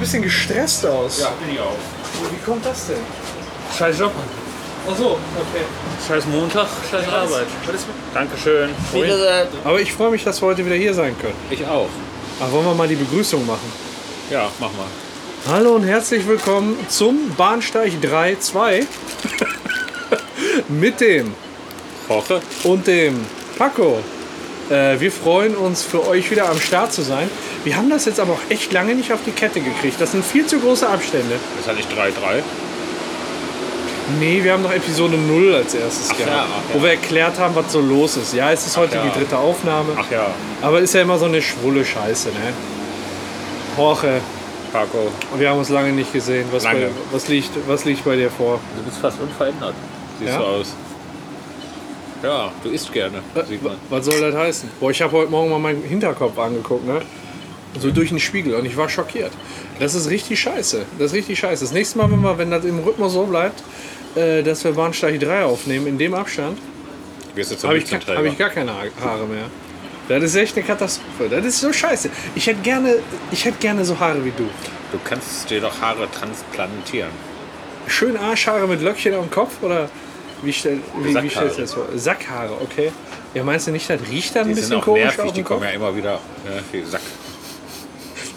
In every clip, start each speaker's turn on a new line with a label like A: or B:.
A: bisschen gestresst aus.
B: Ja, bin ich auch.
A: Wie kommt das denn?
C: Scheiß Job.
B: Achso, okay.
C: Scheiß Montag, scheiß Arbeit.
B: Was ist mit
C: Dankeschön. Hui.
D: Bitte.
A: Aber ich freue mich, dass wir heute wieder hier sein können.
C: Ich auch.
A: Aber wollen wir mal die Begrüßung machen?
C: Ja, mach mal.
A: Hallo und herzlich willkommen zum Bahnsteig 3-2 mit dem
C: Woche.
A: und dem Paco. Äh, wir freuen uns für euch wieder am Start zu sein. Wir haben das jetzt aber auch echt lange nicht auf die Kette gekriegt. Das sind viel zu große Abstände.
C: Ist halt nicht 3-3.
A: Nee, wir haben noch Episode 0 als erstes gehabt,
C: ja, ach ja.
A: wo wir erklärt haben, was so los ist. Ja, es ist heute
C: ja.
A: die dritte Aufnahme,
C: Ach ja,
A: aber ist ja immer so eine schwulle Scheiße, ne? Jorge,
C: Paco.
A: wir haben uns lange nicht gesehen. Was,
C: Lange.
A: Bei, was, liegt, was liegt bei dir vor?
C: Du bist fast unverändert. Siehst
A: Ja?
C: du aus. Ja, du isst gerne,
A: Äh,
C: sieht man.
A: Was soll das heißen? Boah, ich habe heute Morgen mal meinen Hinterkopf angeguckt, ne? So durch den Spiegel und ich war schockiert. Das ist richtig scheiße. Das ist richtig scheiße. Das nächste Mal, wenn wir, wenn das im Rhythmus so bleibt, äh, dass wir Bahnsteig 3 aufnehmen, in dem Abstand,
C: Du wirst jetzt zum
A: habe ich, ke- hab
C: Mützenträger.
A: ich gar keine Ha- Haare mehr. Das ist echt eine Katastrophe. Das ist so scheiße. Ich hätte gerne, ich hätte gerne so Haare wie du.
C: Du kannst dir doch Haare transplantieren.
A: Schön Arschhaare mit Löckchen am Kopf oder wie, stell, wie, wie
C: Sackhaare.
A: stellst du das vor? Sackhaare, okay. Ja, meinst du nicht, das riecht dann ein
C: Die
A: bisschen
C: sind auch
A: komisch
C: nervig,
A: auf
C: die
A: dem Kopf?
C: kommen ja immer wieder. Ne, die Sack.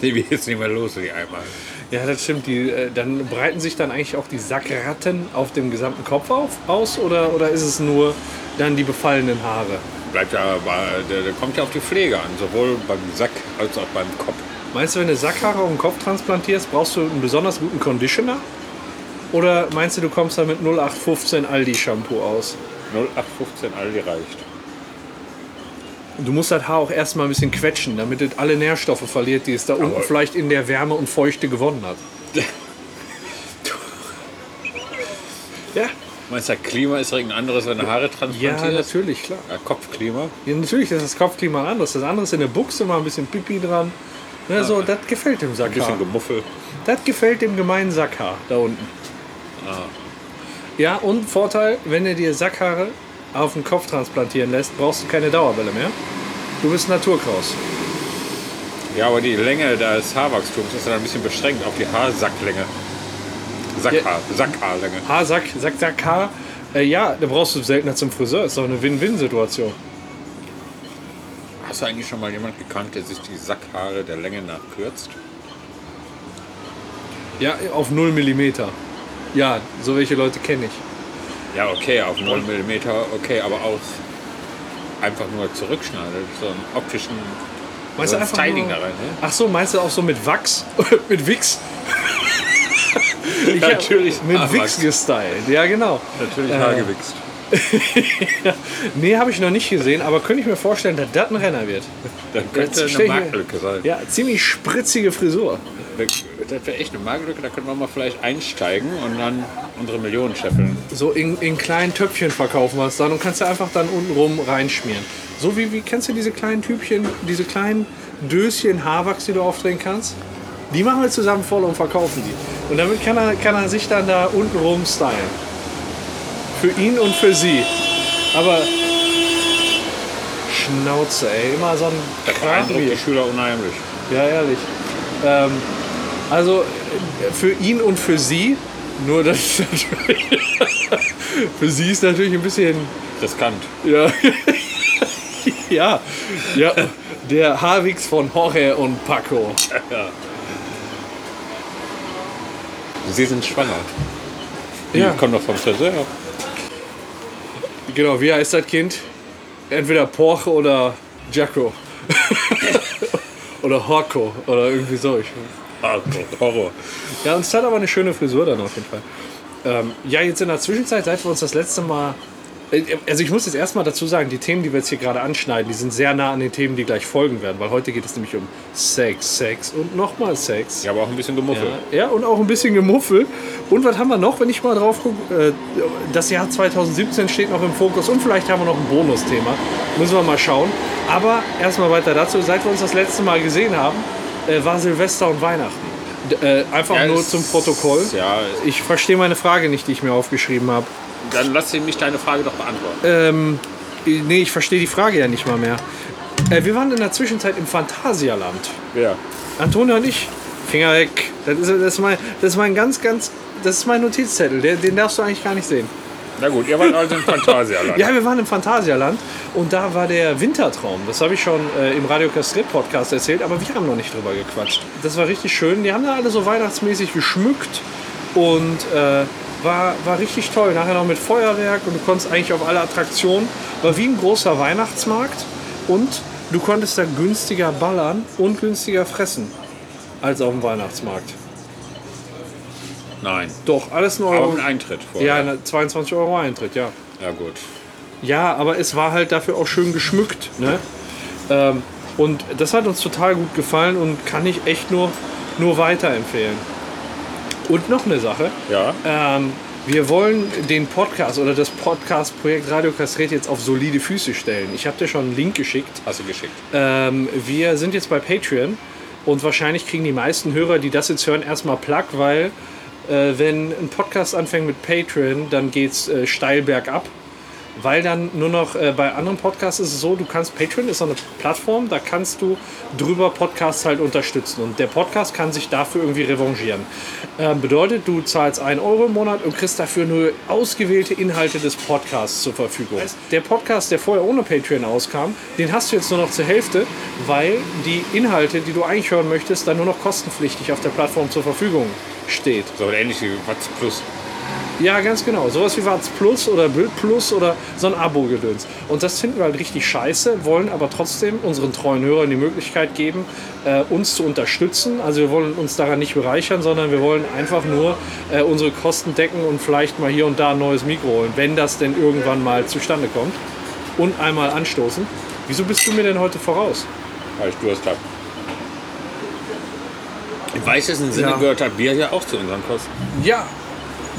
C: Die wir jetzt nicht mehr los, die einmal.
A: Ja, das stimmt. Die, äh, dann breiten sich dann eigentlich auch die Sackratten auf dem gesamten Kopf auf, aus oder, oder ist es nur dann die befallenen Haare?
C: Bleibt ja, bei- der, der kommt ja auf die Pflege an, sowohl beim Sack als auch beim Kopf.
A: Meinst du, wenn du Sackhaare auf den Kopf transplantierst, brauchst du einen besonders guten Conditioner? Oder meinst du, du kommst dann mit 0815 Aldi-Shampoo aus?
C: 0815 Aldi reicht.
A: Du musst das Haar auch erstmal ein bisschen quetschen, damit es alle Nährstoffe verliert, die es da unten
C: Jawohl.
A: vielleicht in der Wärme und Feuchte gewonnen hat. ja,
C: Meinst du, das Klima ist irgendein anderes, wenn du Haare
A: ja,
C: transplantierst?
A: natürlich, klar.
C: Ja, Kopfklima.
A: Ja, natürlich ist das Kopfklima anders. Das andere ist in der Buchse mal ein bisschen Pipi dran. Ne, so, das gefällt dem
C: Ein bisschen
A: Sackhaar.
C: Gemuffel.
A: Das gefällt dem gemeinen Sackhaar da unten. Ja, und Vorteil, wenn du dir Sackhaare auf den Kopf transplantieren lässt, brauchst du keine Dauerwelle mehr. Du bist Naturkraus.
C: Ja, aber die Länge des Haarwachstums ist dann ein bisschen beschränkt auf die Haarsacklänge. Sackhaar, Sackhaarlänge.
A: Haar, Ah, Sack, Sack, Sackhaar. Äh, ja, da brauchst du seltener zum Friseur. Ist doch eine Win-Win-Situation.
C: Hast du eigentlich schon mal jemand gekannt, der sich die Sackhaare der Länge nach kürzt?
A: Ja, auf 0 Millimeter. Ja, so welche Leute kenne ich.
C: Ja, okay, auf 9 mm, okay, aber auch einfach nur zurückschneidet, so einen optischen
A: Meinst
C: so
A: du
C: ein
A: einfach
C: Also Styling
A: nur-
C: da rein. Ne?
A: Ach so, meinst du auch so mit Wachs? mit Wix? Ich hab
C: Natürlich
A: Mit
C: Haarwachs.
A: Wix gestylt, ja genau.
C: Natürlich äh, haargewichst.
A: nee, habe ich noch nicht gesehen, aber könnte ich mir vorstellen, dass das ein Renner wird.
C: Dann
A: jetzt
C: könnte
A: stell
C: eine
A: ich mir-
C: Marktlücke sein.
A: Ja, ziemlich spritzige Frisur.
C: Das wäre echt eine Marktlücke, da könnten wir mal vielleicht einsteigen und dann unsere Millionen scheffeln.
A: So in, in kleinen Töpfchen verkaufen wir es dann und kannst du einfach dann untenrum reinschmieren. So wie, wie kennst du diese kleinen Typchen, diese kleinen Döschen Haarwachs, die du aufdrehen kannst? Die machen wir zusammen voll und verkaufen die. Und damit kann er, kann er sich dann da untenrum stylen. Für ihn und für sie. Aber Schnauze, ey. Immer so ein
C: Da beeindruckt die Schüler unheimlich.
A: Ja, ehrlich. Ähm, also äh, für ihn und für sie, nur das ist natürlich. für sie ist natürlich ein bisschen.
C: Riskant.
A: Ja. ja. ja. Der Havix von Jorge und Paco.
C: Sie sind schwanger. Die
A: Ja.
C: kommen doch vom Friseur.
A: Genau, wie heißt das Kind? Entweder Porche oder Jacko. oder Horko oder irgendwie so. Ich
C: Ah, Horror.
A: Ja, uns hat aber eine schöne Frisur dann auf jeden Fall. Ähm, ja, jetzt in der Zwischenzeit, seit wir uns das letzte Mal. Äh, Also ich muss jetzt erstmal dazu sagen, die Themen, die wir jetzt hier gerade anschneiden, die sind sehr nah an den Themen, die gleich folgen werden, weil heute geht es nämlich um Sex, Sex und nochmal Sex.
C: Ich habe auch ein bisschen gemuffelt.
A: Ja, und auch ein bisschen Gemuffel. Und was haben wir noch, wenn ich mal drauf gucke? Äh, Das Jahr 2017 steht noch im Fokus und vielleicht haben wir noch ein Bonusthema. Müssen wir mal schauen. Aber erstmal weiter dazu. Seit wir uns das letzte Mal gesehen haben, äh, war Silvester und Weihnachten. D- äh, Einfach
C: Ja,
A: nur
C: es-
A: zum Protokoll.
C: Ja,
A: Ich verstehe meine Frage nicht, die ich mir aufgeschrieben habe.
C: dann lass sie mich deine Frage doch beantworten.
A: Ähm, nee, ich verstehe die Frage ja nicht mal mehr. Äh, Wir waren in der Zwischenzeit im Phantasialand.
C: Ja.
A: Antonia und ich Finger weg. Das ist, das ist, mein, das ist mein ganz, ganz. Das ist mein Notizzettel. Den, den darfst du eigentlich gar nicht sehen.
C: Na gut, ihr wart also in Phantasialand.
A: Ja, wir waren im Phantasialand und da war der Wintertraum. Das habe ich schon äh, im Radio Kastritt Podcast erzählt, aber wir haben noch nicht drüber gequatscht. Das war richtig schön. Die haben da alle so weihnachtsmäßig geschmückt und äh, war, war richtig toll. Nachher noch mit Feuerwerk und du konntest eigentlich auf alle Attraktionen. War wie ein großer Weihnachtsmarkt und du konntest da günstiger ballern und günstiger fressen als auf dem Weihnachtsmarkt.
C: Nein.
A: Doch, alles in
C: Aber
A: Euro.
C: mit Eintritt vorher.
A: Ja, na, 22 Euro Eintritt, ja.
C: Ja, gut.
A: Ja, aber es war halt dafür auch schön geschmückt. Ne? Ähm, und das hat uns total gut gefallen und kann ich echt nur, nur weiterempfehlen. Und noch eine Sache.
C: Ja.
A: Ähm, wir wollen den Podcast oder das Podcast-Projekt Radio Kastriert jetzt auf solide Füße stellen. Ich habe dir schon einen Link geschickt.
C: Hast du geschickt.
A: Ähm, wir sind jetzt bei Patreon und wahrscheinlich kriegen die meisten Hörer, die das jetzt hören, erstmal Plug, weil äh, wenn ein Podcast anfängt mit Patreon, dann geht's äh, steil bergab. Weil dann nur noch äh, bei anderen Podcasts ist es so, du kannst, Patreon ist so eine Plattform, da kannst du drüber Podcasts halt unterstützen. Und der Podcast kann sich dafür irgendwie revanchieren. Ähm, bedeutet, du zahlst 1 Euro im Monat und kriegst dafür nur ausgewählte Inhalte des Podcasts zur Verfügung. Der Podcast, der vorher ohne Patreon auskam, den hast du jetzt nur noch zur Hälfte, weil die Inhalte, die du eigentlich hören möchtest, dann nur noch kostenpflichtig auf der Plattform zur Verfügung steht.
C: So ähnlich wie Watz Plus.
A: Ja, ganz genau. Sowas wie Warz Plus oder Bild Plus oder so ein Abo-Gedöns. Und das finden wir halt richtig scheiße, wollen aber trotzdem unseren treuen Hörern die Möglichkeit geben, äh, uns zu unterstützen. Also wir wollen uns daran nicht bereichern, sondern wir wollen einfach nur äh, unsere Kosten decken und vielleicht mal hier und da ein neues Mikro holen, wenn das denn irgendwann mal zustande kommt. Und einmal anstoßen. Wieso bist du mir denn heute voraus?
C: weil ich Durst habe. Im weitesten Sinne
A: Ja.
C: gehört halt Bier ja auch zu unseren Kosten.
A: Ja,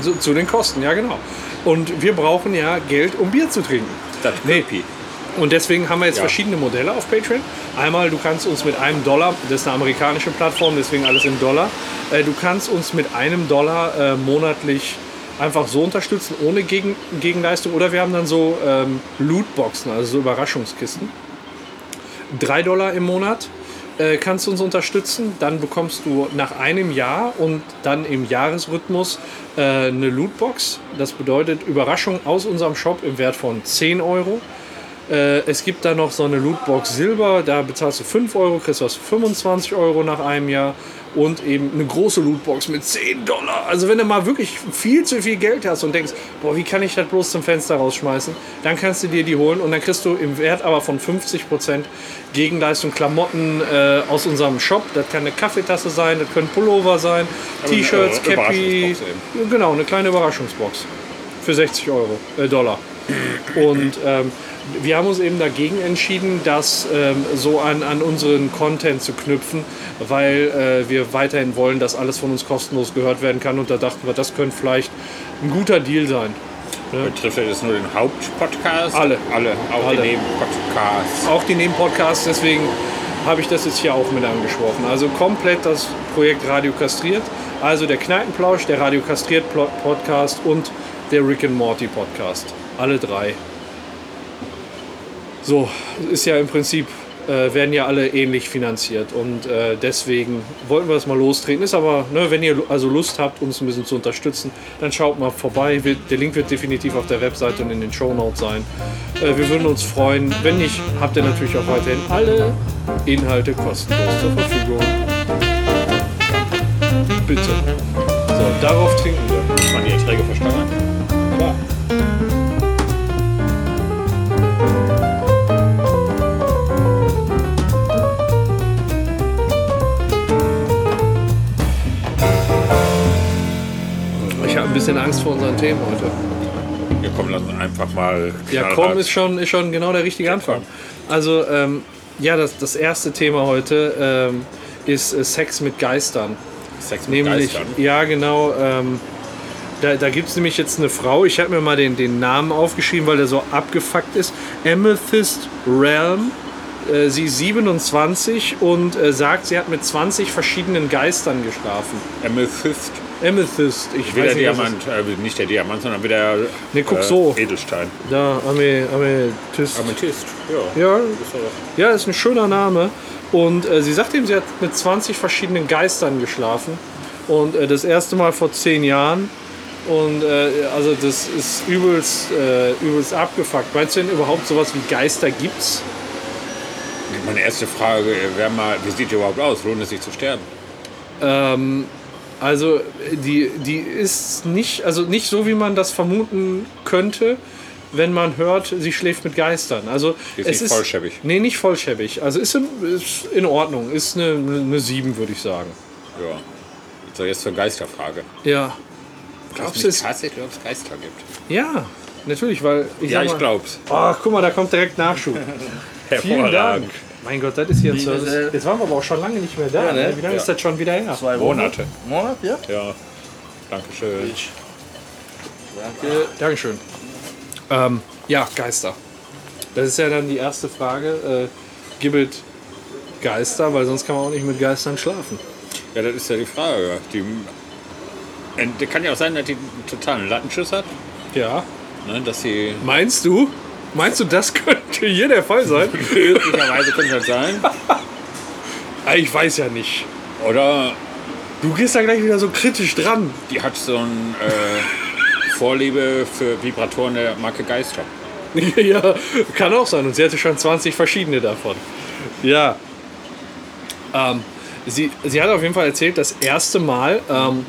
A: so, zu den Kosten, ja genau. Und wir brauchen ja Geld, um Bier zu trinken.
C: Das
A: Nee.
C: Köpi.
A: Und deswegen haben wir jetzt
C: Ja.
A: verschiedene Modelle auf Patreon. Einmal, du kannst uns mit einem Dollar, das ist eine amerikanische Plattform, deswegen alles in Dollar, äh, du kannst uns mit einem Dollar äh, monatlich einfach so unterstützen, ohne Gegen Gegenleistung. Oder wir haben dann so ähm, Lootboxen, also so Überraschungskisten. Drei Dollar im Monat äh, kannst du uns unterstützen. Dann bekommst du nach einem Jahr und dann im Jahresrhythmus äh, eine Lootbox. Das bedeutet Überraschung aus unserem Shop im Wert von 10 Euro. Äh, es gibt da noch so eine Lootbox Silber, da bezahlst du 5 Euro, kriegst was für 25 Euro nach einem Jahr und eben eine große Lootbox mit 10 Dollar. Also wenn du mal wirklich viel zu viel Geld hast und denkst, boah, wie kann ich das bloß zum Fenster rausschmeißen, dann kannst du dir die holen und dann kriegst du im Wert aber von 50% Gegenleistung Klamotten äh, aus unserem Shop. Das kann eine Kaffeetasse sein, das können Pullover sein,
C: Aber Also eine
A: T-Shirts,
C: Euro-
A: Cappy.
C: Überraschungsbox eben.
A: Genau, eine kleine Überraschungsbox. Für 60 Euro, äh, Dollar. Und ähm, wir haben uns eben dagegen entschieden, das ähm, so an, an unseren Content zu knüpfen, weil äh, wir weiterhin wollen, dass alles von uns kostenlos gehört werden kann. Und da dachten wir, das könnte vielleicht ein guter Deal sein.
C: Betrifft das nur den Hauptpodcast?
A: Alle.
C: Alle. Auch
A: Alle.
C: die Nebenpodcasts.
A: Auch die Nebenpodcasts, deswegen habe ich das jetzt hier auch mit angesprochen. Also komplett das Projekt Radio Kastriert. Also der Kneipenplausch, der Radio Kastriert Plo- Podcast und der Rick and Morty Podcast. Alle drei. So, ist ja im Prinzip, äh, werden ja alle ähnlich finanziert und äh, deswegen wollten wir das mal lostreten. Ist aber, ne, wenn ihr lu- also Lust habt, uns ein bisschen zu unterstützen, dann schaut mal vorbei. Wir, der Link wird definitiv auf der Webseite und in den Shownotes sein. Äh, wir würden uns freuen. Wenn nicht, habt ihr natürlich auch weiterhin alle Inhalte kostenlos zur Verfügung. Bitte. So, darauf trinken wir.
C: Hat man die Erträge verstanden?
A: Ja. Ich habe ein bisschen Angst vor unseren Themen heute.
C: Wir kommen dann einfach mal.
A: Ja,
C: knallhart.
A: komm ist schon, ist schon genau der richtige Anfang. Also, ähm, ja, das, das erste Thema heute ähm, ist äh, Sex mit Geistern.
C: Sex mit
A: Nämlich,
C: Geistern.
A: ja, genau. Ähm, da da gibt es nämlich jetzt eine Frau, ich habe mir mal den, den Namen aufgeschrieben, weil der so abgefuckt ist. Amethyst Realm. Äh, Sie ist 27 und äh, sagt, sie hat mit 20 verschiedenen Geistern geschlafen.
C: Amethyst.
A: Amethyst, ich
C: Wie der
A: weiß nicht, was
C: Diamant. Äh, nicht der Diamant, sondern wie der.
A: Nee, guck so.
C: Edelstein.
A: es- Da, Ame- Amethyst.
C: Amethyst. Ja.
A: Ja,
C: Ist doch-
A: ja, ist ein schöner Name. Und äh, sie sagte ihm, sie hat mit 20 verschiedenen Geistern geschlafen. Und äh, das erste Mal vor 10 Jahren. Und äh, also das ist übelst, äh, übelst abgefuckt. Meinst du denn überhaupt sowas wie Geister gibt's?
C: Meine erste Frage wäre mal, wie sieht die überhaupt aus? Lohnt es sich zu sterben?
A: Also die, die ist nicht, also nicht so, wie man das vermuten könnte, wenn man hört, sie schläft mit Geistern. Also
C: Die ist
A: es
C: nicht
A: ist
C: vollschäbig.
A: Nee, nicht vollschäbig. Also ist in, ist in Ordnung. Ist eine, eine 7, würde ich sagen.
C: Ja. So, jetzt zur Geisterfrage.
A: Ja. Glaubst du
C: Nicht
A: es?
C: tatsächlich, ob es Geister gibt?
A: Ja, natürlich, weil ich
C: Ja,
A: sag
C: ich
A: mal-
C: glaub's.
A: Oh, guck mal, da kommt direkt Nachschub. Vielen Dank. Mein Gott, das ist hier ein
D: Liebe
A: Service.
D: Sel-
A: Jetzt waren wir aber auch schon lange nicht mehr da.
D: Ja, ne?
A: ne? Wie lange
C: Ja.
A: ist das schon wieder her?
D: Zwei Wochen.
C: Monate.
D: Monat, ja?
C: Ja. Dankeschön.
D: Danke.
A: Dankeschön. Ähm, ja, Geister. Das ist ja dann die erste Frage. Äh, Gibbet Geister, weil sonst kann man auch nicht mit Geistern schlafen.
C: Ja, das ist ja die Frage. Die, Und kann ja auch sein, dass die einen totalen Lattenschuss hat.
A: Ja.
C: Ne, dass sie.
A: Meinst du? Meinst du, das könnte hier der Fall sein?
C: Möglicherweise könnte das sein.
A: Ah, ich weiß ja nicht.
C: Oder
A: Du gehst da gleich wieder so kritisch dran.
C: die hat so ein äh, Vorliebe für Vibratoren der Marke Geister.
A: ja, kann auch sein. Und sie hatte schon 20 verschiedene davon. Ja. Ähm, sie, sie hat auf jeden Fall erzählt, das erste Mal, ähm,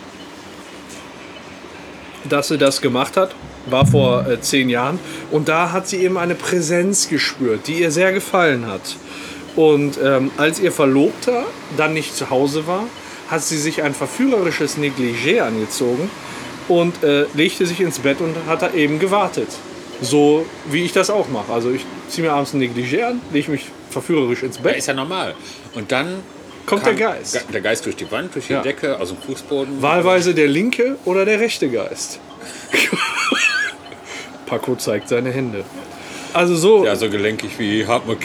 A: dass sie das gemacht hat, war vor äh, zehn Jahren. Und da hat sie eben eine Präsenz gespürt, die ihr sehr gefallen hat. Und ähm, als ihr Verlobter dann nicht zu Hause war, hat sie sich ein verführerisches Negligé angezogen und äh, legte sich ins Bett und hat da eben gewartet. So wie ich das auch mache. Also ich ziehe mir abends ein Negligé an, lege mich verführerisch ins
C: Ja,
A: Bett.
C: ist ja normal. Und dann.
A: Kommt
C: kam
A: der Geist.
C: Ge- Der Geist durch die Wand, durch die
A: Ja.
C: Decke, aus dem Fußboden.
A: Wahlweise der linke oder der rechte Geist. Paco zeigt seine Hände. Also so,
C: Ja, so gelenkig wie Hartmut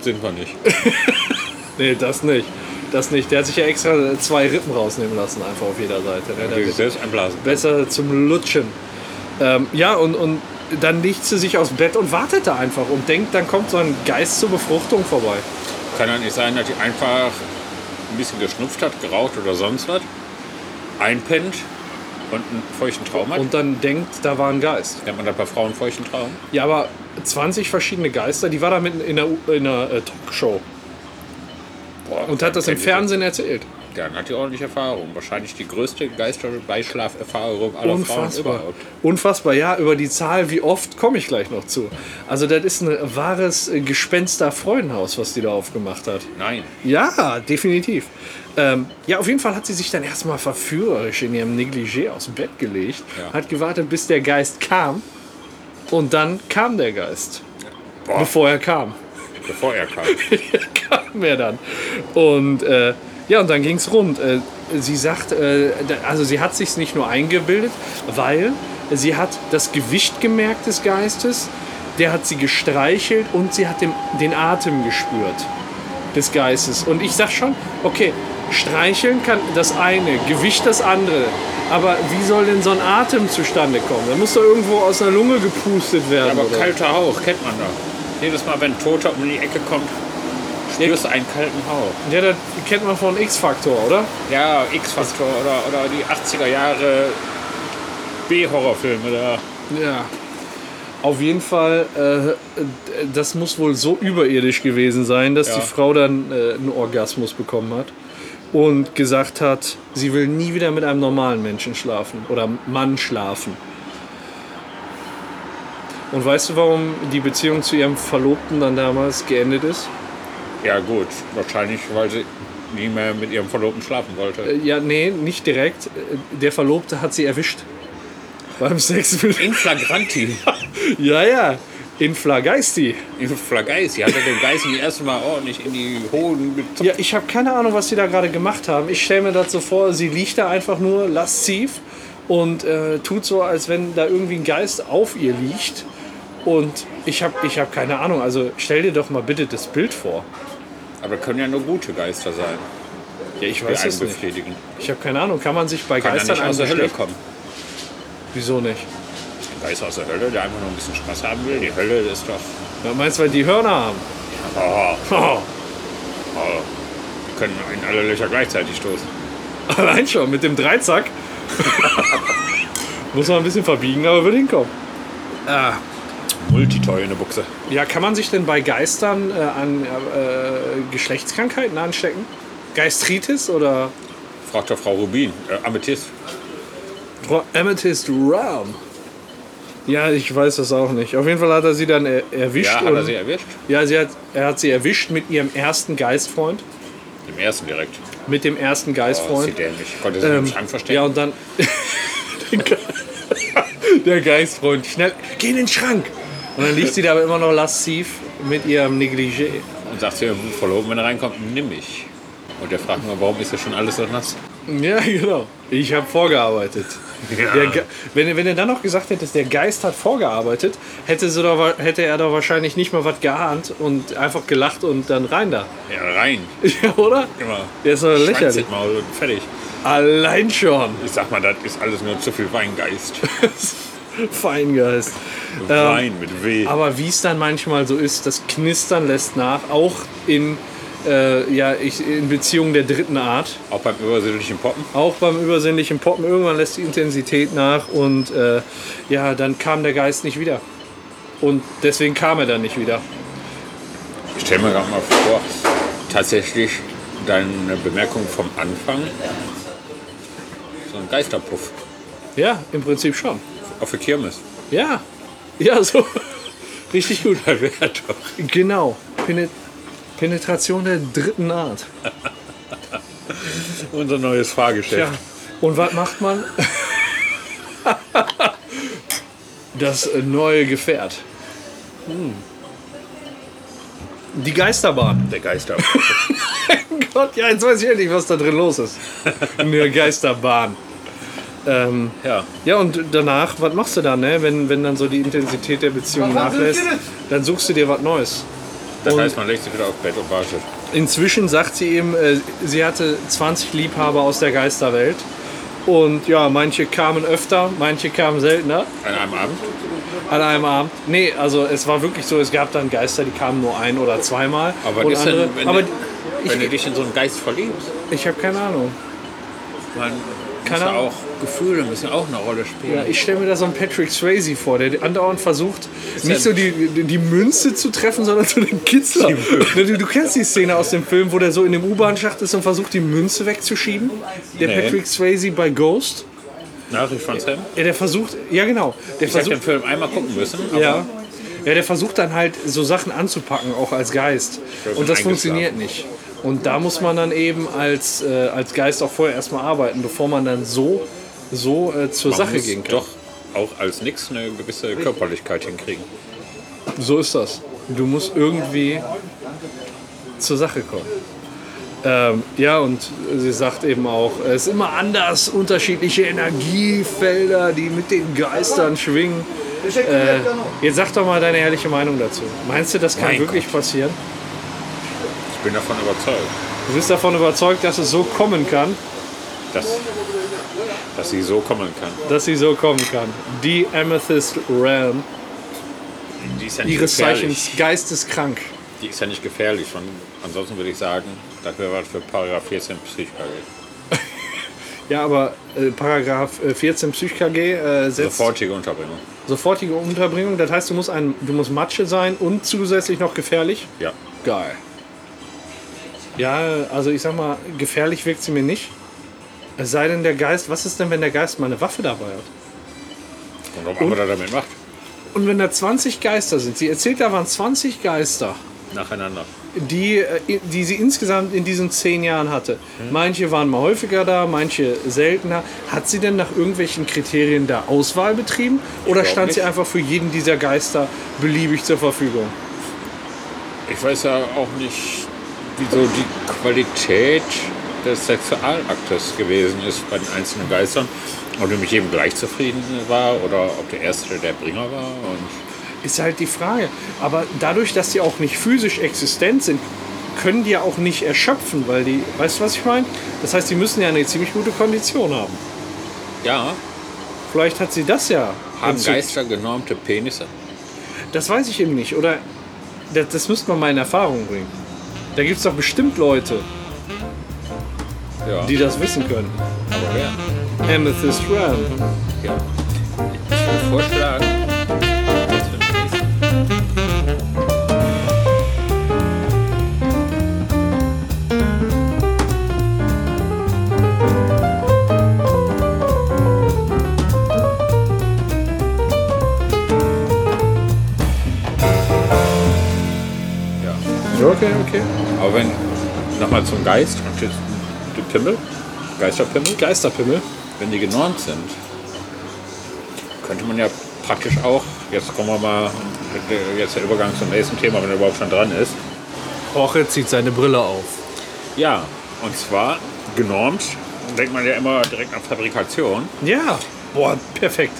C: sind wir nicht.
A: nee, das nicht. Das nicht. Der hat sich ja extra zwei Rippen rausnehmen lassen, einfach auf jeder Seite. Ne?
C: Die
A: Damit-
C: sich selbst einblasen.
A: besser zum Lutschen. Ähm, ja, und, und dann legt sie sich aufs Bett und wartet da einfach und denkt, dann kommt so ein Geist zur Befruchtung vorbei.
C: Kann ja nicht sein, dass die einfach ein bisschen geschnupft hat, geraucht oder sonst was, einpennt und einen feuchten Traum hat.
A: Und dann denkt, da war ein Geist.
C: Nennt man das bei Frauen feuchten Traum?
A: Ja, aber 20 verschiedene Geister, die war da mitten in einer, U- in einer äh, Talkshow
C: Boah,
A: und hat das im
C: kennt ihr
A: Fernsehen erzählt.
C: Dann hat die ordentliche Erfahrung. Wahrscheinlich die größte Geisterbeischlaferfahrung aller Frauen
A: Unfassbar.
C: überhaupt.
A: Unfassbar, ja, über die Zahl, wie oft komme ich gleich noch zu. Also, das ist ein wahres äh, Gespenster-Freudenhaus, was die da aufgemacht hat.
C: Nein.
A: Ja, definitiv. Ähm, ja, auf jeden Fall hat sie sich dann erstmal verführerisch in ihrem Negligé aus dem Bett gelegt,
C: Ja.
A: hat gewartet, bis der Geist kam. Und dann kam der Geist.
C: Boah.
A: Bevor er kam.
C: Bevor er kam.
A: kam er dann. Und äh, ja, und dann ging es rund. Äh, sie sagt, äh, da- also sie hat sich nicht nur eingebildet, weil sie hat das Gewicht gemerkt des Geistes, der hat sie gestreichelt und sie hat den, den Atem gespürt des Geistes. Und ich sag schon, okay, streicheln kann das eine, Gewicht das andere. Aber wie soll denn so ein Atem zustande kommen? Da muss doch irgendwo aus einer Lunge gepustet werden.
C: Aber
A: oder?
C: kalter Hauch, kennt man da. Jedes Mal, wenn ein Toter um die Ecke kommt, spürst du einen kalten Hauch.
A: Ja, das kennt man von X-Faktor, oder?
C: Ja, X-Faktor oder, oder die 80er Jahre B-Horrorfilme da.
A: Ja. Auf jeden Fall, äh, d- das muss wohl so überirdisch gewesen sein, dass
C: Ja.
A: die Frau dann äh, einen Orgasmus bekommen hat und gesagt hat, sie will nie wieder mit einem normalen Menschen schlafen oder Mann schlafen. Und weißt du, warum die Beziehung zu ihrem Verlobten dann damals geendet ist?
C: Ja gut, wahrscheinlich, weil sie nie mehr mit ihrem Verlobten schlafen wollte.
A: Äh, Ja, nee, nicht direkt. Äh, Der Verlobte hat sie erwischt. Beim Sex mit.
C: In flagranti.
A: Ja, ja. In Flageisti.
C: In flaggeis. Die hat ja den Geißen die erste Mal ordentlich in die Hoden gezupft.
A: Ja, ich habe keine Ahnung, was sie da gerade gemacht haben. Ich stelle mir das so vor, sie liegt da einfach nur lasziv und äh, tut so, als wenn da irgendwie ein Geist auf ihr liegt. Und ich habe ich hab keine Ahnung. Also stell dir doch mal bitte das Bild vor.
C: Aber können ja nur gute Geister sein.
A: Ja, ich
C: Die
A: weiß
C: einen
A: es nicht.
C: befriedigen.
A: Ich habe keine Ahnung. Kann man sich bei
C: Kann ja
A: Geistern
C: nicht aus der Hölle
A: anschließen?
C: kommen.
A: Wieso nicht?
C: Ein Geist aus der Hölle, der einfach nur ein bisschen Spaß haben will. Die Hölle ist doch...
A: Ja, meinst du, weil die Hörner haben?
C: Oh,
A: Oh,
C: oh, können in alle Löcher gleichzeitig stoßen.
A: Allein schon mit dem Dreizack. Muss man ein bisschen verbiegen, aber wird hinkommen.
C: Multitoy in der Buchse.
A: Ja, kann man sich denn bei Geistern äh, an äh, äh, Geschlechtskrankheiten anstecken? Geistritis oder
C: Fragt doch Frau Rubin. Äh, Amethyst.
A: Ro- Amethyst Realm? Ja, ich weiß das auch nicht. Auf jeden Fall hat er sie dann er erwischt.
C: Ja, hat
A: und,
C: er sie erwischt?
A: ja sie hat, er hat sie erwischt mit ihrem ersten Geistfreund.
C: Im ersten direkt.
A: Mit dem ersten
C: Oh, ist sie
A: Geistfreund.
C: dämlich. Konnte sie ähm, im Schrank verstecken?
A: ja, und dann. der, Ge der Geistfreund schnell. Geh in den Schrank! Und dann liegt sie da aber immer noch lasziv mit ihrem Negligé.
C: Und sagt zu ihrem Verloben, wenn er reinkommt, nimm mich. Und der fragt nur, warum ist ja schon alles so nass?
A: Ja, genau. Ich habe vorgearbeitet. Der Ge- wenn, wenn er dann noch gesagt hätte, der Geist hat vorgearbeitet, hätte, sie doch, wa- hätte er doch wahrscheinlich nicht mal was geahnt und einfach gelacht und dann rein da.
C: Ja, rein.
A: Ja, oder?
C: Immer.
A: Der ist doch
C: Schwanz
A: lächerlich.
C: in den Maul und fertig.
A: Allein schon.
C: Ich sag mal, das ist alles nur zu viel Weingeist.
A: Feingeist.
C: Wein mit W.
A: Ähm, Aber wie es dann manchmal so ist, das Knistern lässt nach, auch in, äh, ja, ich, in Beziehungen der dritten Art.
C: Auch beim übersinnlichen Poppen.
A: Auch beim übersinnlichen Poppen, irgendwann lässt die Intensität nach und äh, ja, dann kam der Geist nicht wieder. Und deswegen kam er dann nicht wieder.
C: Ich stell mir gerade mal vor, tatsächlich deine Bemerkung vom Anfang. So ein Geisterpuff.
A: Ja, im Prinzip schon.
C: Auf der Kirmes.
A: Ja, ja, so. Richtig gut.
C: Da wäre doch.
A: Genau. Pene- Penetration der dritten Art.
C: Unser neues Fahrgeschäft.
A: Ja. Und was macht man? Das äh, neue Gefährt. Hm. Die Geisterbahn.
C: Der Geister.
A: Gott, ja, jetzt weiß ich endlich, was da drin los ist. Eine Geisterbahn. Ähm,
C: ja.
A: ja, und danach, was machst du dann, ne? wenn, wenn dann so die Intensität der Beziehung nachlässt? Dann suchst du dir was Neues.
C: Das
A: Und-
C: heißt, man legt sich wieder auf Bett und wartet.
A: Inzwischen sagt sie eben, äh, sie hatte 20 Liebhaber aus der Geisterwelt. Und ja, manche kamen öfter, manche kamen seltener
C: An einem Abend.
A: an einem Abend. Nee, also es war wirklich so, es gab dann Geister, die kamen nur ein oder zweimal.
C: Aber,
A: und
C: das ist
A: andere,
C: dann, wenn,
A: aber
C: du, wenn du dich in so einen Geist verliebst,
A: ich habe keine Ahnung.
C: man
A: Keine
C: muss ja
A: Ahnung.
C: auch Gefühle müssen auch eine Rolle
A: Ja,
C: spielen.
A: ich stelle mir da so einen Patrick Swayze vor, der andauernd versucht, nicht so die, die die Münze zu treffen, sondern so den Kitzler. Ne, Du, du kennst die Szene aus dem Film, wo der so in dem U-Bahn-Schacht ist und versucht, die Münze wegzuschieben. Der
C: Nee.
A: Patrick Swayze bei Ghost.
C: Nachricht von Sam.
A: Ja, der versucht, ja genau, der
C: Ich habe den
A: versucht,
C: Film einmal gucken müssen. Aber
A: ja, ja, der versucht dann halt so Sachen anzupacken, auch als Geist.
C: glaub,
A: Und
C: ich
A: das
C: bin
A: funktioniert nicht. Und da muss man dann eben als, äh, als Geist auch vorher erstmal arbeiten, bevor man dann so, so äh, zur
C: man
A: Sache
C: muss
A: gehen kann.
C: doch auch als Nix eine gewisse Körperlichkeit hinkriegen.
A: So ist das. Du musst irgendwie zur Sache kommen. Ähm, ja, und sie sagt eben auch, es ist immer anders, unterschiedliche Energiefelder, die mit den Geistern schwingen. Äh, jetzt sag doch mal deine ehrliche Meinung dazu. Meinst du, das kann
C: Mein
A: wirklich passieren?
C: Ich bin davon überzeugt,
A: Du bist davon überzeugt, dass es so kommen kann,
C: dass, dass sie so kommen kann.
A: dass sie so kommen kann. Die Amethyst Realm,
C: Die ist ja nicht
A: ihres
C: gefährlich.
A: Zeichens geisteskrank.
C: Die ist ja nicht gefährlich. Von, ansonsten würde ich sagen, das wäre was für Paragraph 14 Psychologie.
A: Ja, aber äh, Paragraph äh, 14 PsychKG äh, setzt
C: Sofortige Unterbringung.
A: Sofortige Unterbringung, das heißt, du musst, ein, du musst Matsche sein und zusätzlich noch gefährlich?
C: Ja.
A: Geil. Ja, also ich sag mal, gefährlich wirkt sie mir nicht. Es sei denn, der Geist, was ist denn, wenn der Geist mal eine Waffe dabei hat?
C: Und ob man da damit macht.
A: Und wenn da 20 Geister sind, sie erzählt, da waren 20 Geister,
C: Nacheinander.
A: die, äh, die sie insgesamt in diesen 10 Jahren hatte.
C: Hm.
A: Manche waren mal häufiger da, manche seltener. Hat sie denn nach irgendwelchen Kriterien da Auswahl betrieben? Oder
C: glaub
A: stand sie
C: nicht.
A: einfach für jeden dieser Geister beliebig zur Verfügung?
C: Ich weiß ja auch nicht, wieso die Qualität des Sexualaktes gewesen ist bei den einzelnen Geistern. Ob nämlich jedem gleich zufrieden war oder ob der Erste der Bringer war. Und
A: Ist halt die Frage. Aber dadurch, dass die auch nicht physisch existent sind, können die ja auch nicht erschöpfen, weil die, weißt du, was ich meine? Das heißt, die müssen ja eine ziemlich gute Kondition haben.
C: ja,
A: Vielleicht hat sie das ja.
C: haben
A: dazu-
C: Geister genormte Penisse?
A: Das weiß ich eben nicht. Oder das, das müsste man mal in Erfahrung bringen. Da gibt es doch bestimmt Leute,
C: Ja.
A: die das wissen können.
C: Aber wer?
A: Amethyst Realm.
C: Ja. Ich würde vorschlagen, dass wir den nächsten Ja.
A: Okay, okay.
C: Aber wenn, nochmal zum Geist und die die Pimmel, Geisterpimmel,
A: Geisterpimmel.
C: wenn die genormt sind, könnte man ja praktisch auch, jetzt kommen wir mal, jetzt der Übergang zum nächsten Thema, wenn er überhaupt schon dran ist.
A: Jorge zieht seine Brille auf.
C: Ja, und zwar genormt, denkt man ja immer direkt an Fabrikation.
A: Ja. Boah, perfekt.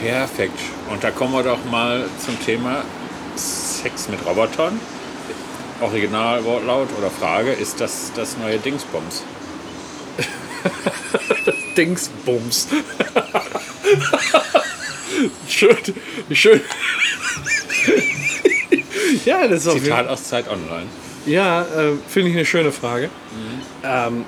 C: Perfekt. Und da kommen wir doch mal zum Thema Sex mit Robotern. Originalwortlaut oder Frage, ist das das neue Dingsbums?
A: Dingsbums. schön, schön. ja, das ist auf jeden Fall.
C: Zitat aus Zeit Online.
A: Ja, äh, finde ich eine schöne Frage. Ähm,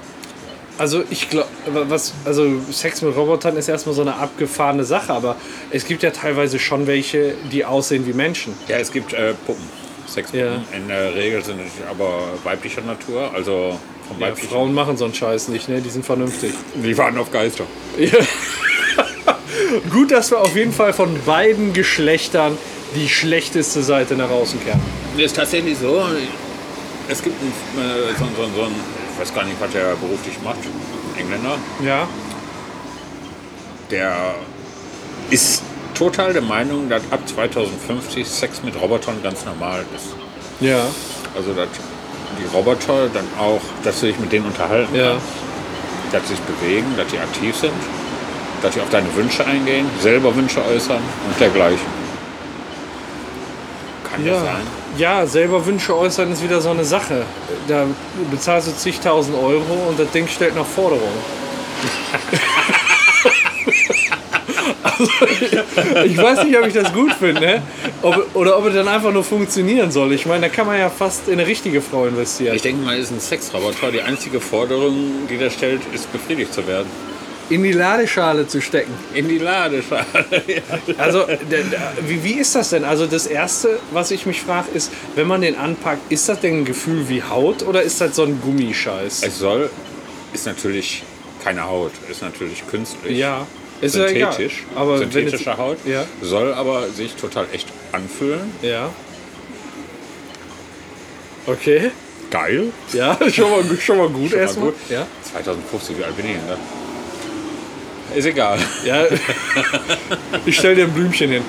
A: also ich glaube, was, also Sex mit Robotern ist erstmal so eine abgefahrene Sache, aber es gibt ja teilweise schon welche, die aussehen wie Menschen.
C: Ja, es gibt äh, Puppen. Sexpuppen.
A: Ja.
C: In der Regel sind es aber weiblicher Natur, also vom
A: Ja,
C: weiblichen.
A: Frauen machen so einen Scheiß nicht, ne? Die sind vernünftig.
C: Die waren auf Geister.
A: Gut, dass wir auf jeden Fall von beiden Geschlechtern die schlechteste Seite nach außen kehren.
C: Das ist tatsächlich so. Es gibt einen, äh, so, so, so einen, ich weiß gar nicht, was der beruflich macht, ein Engländer,
A: Ja.
C: der ist total der Meinung, dass ab 2050 Sex mit Robotern ganz normal ist.
A: Ja.
C: Also, dass die Roboter dann auch, dass du dich mit denen unterhalten
A: Ja.
C: dass sie sich bewegen, dass sie aktiv sind, dass sie auf deine Wünsche eingehen, selber Wünsche äußern und dergleichen. Kann ja
A: Ja.
C: sein.
A: ja, selber Wünsche äußern ist wieder so eine Sache. Da bezahlst du zigtausend Euro und das Ding stellt nach Forderung. also, ich weiß nicht, ob ich das gut finde, ne? ob, oder ob es dann einfach nur funktionieren soll. Ich meine, da kann man ja fast in eine richtige Frau investieren.
C: Ich denke mal, ist ein Sexroboter. Die einzige Forderung, die der stellt, ist befriedigt zu werden.
A: In die Ladeschale zu stecken.
C: In die Ladeschale.
A: Also, der, der, wie, wie ist das denn? Also, das Erste, was ich mich frage, ist, wenn man den anpackt, ist das denn ein Gefühl wie Haut oder ist das so ein Gummischeiß?
C: es soll, ist natürlich keine Haut, ist natürlich künstlich.
A: Ja, ist ja egal.
C: Synthetisch,
A: Aber
C: synthetische Haut,
A: Ja.
C: soll aber sich total echt anfühlen.
A: wenn jetzt, ja. Okay.
C: Geil.
A: Ja, schon mal, schon mal gut erstmal.
C: gut.
A: Ja.
C: 2050, wie alt bin ich denn da? Ist egal.
A: ja. ich stell dir ein Blümchen hin.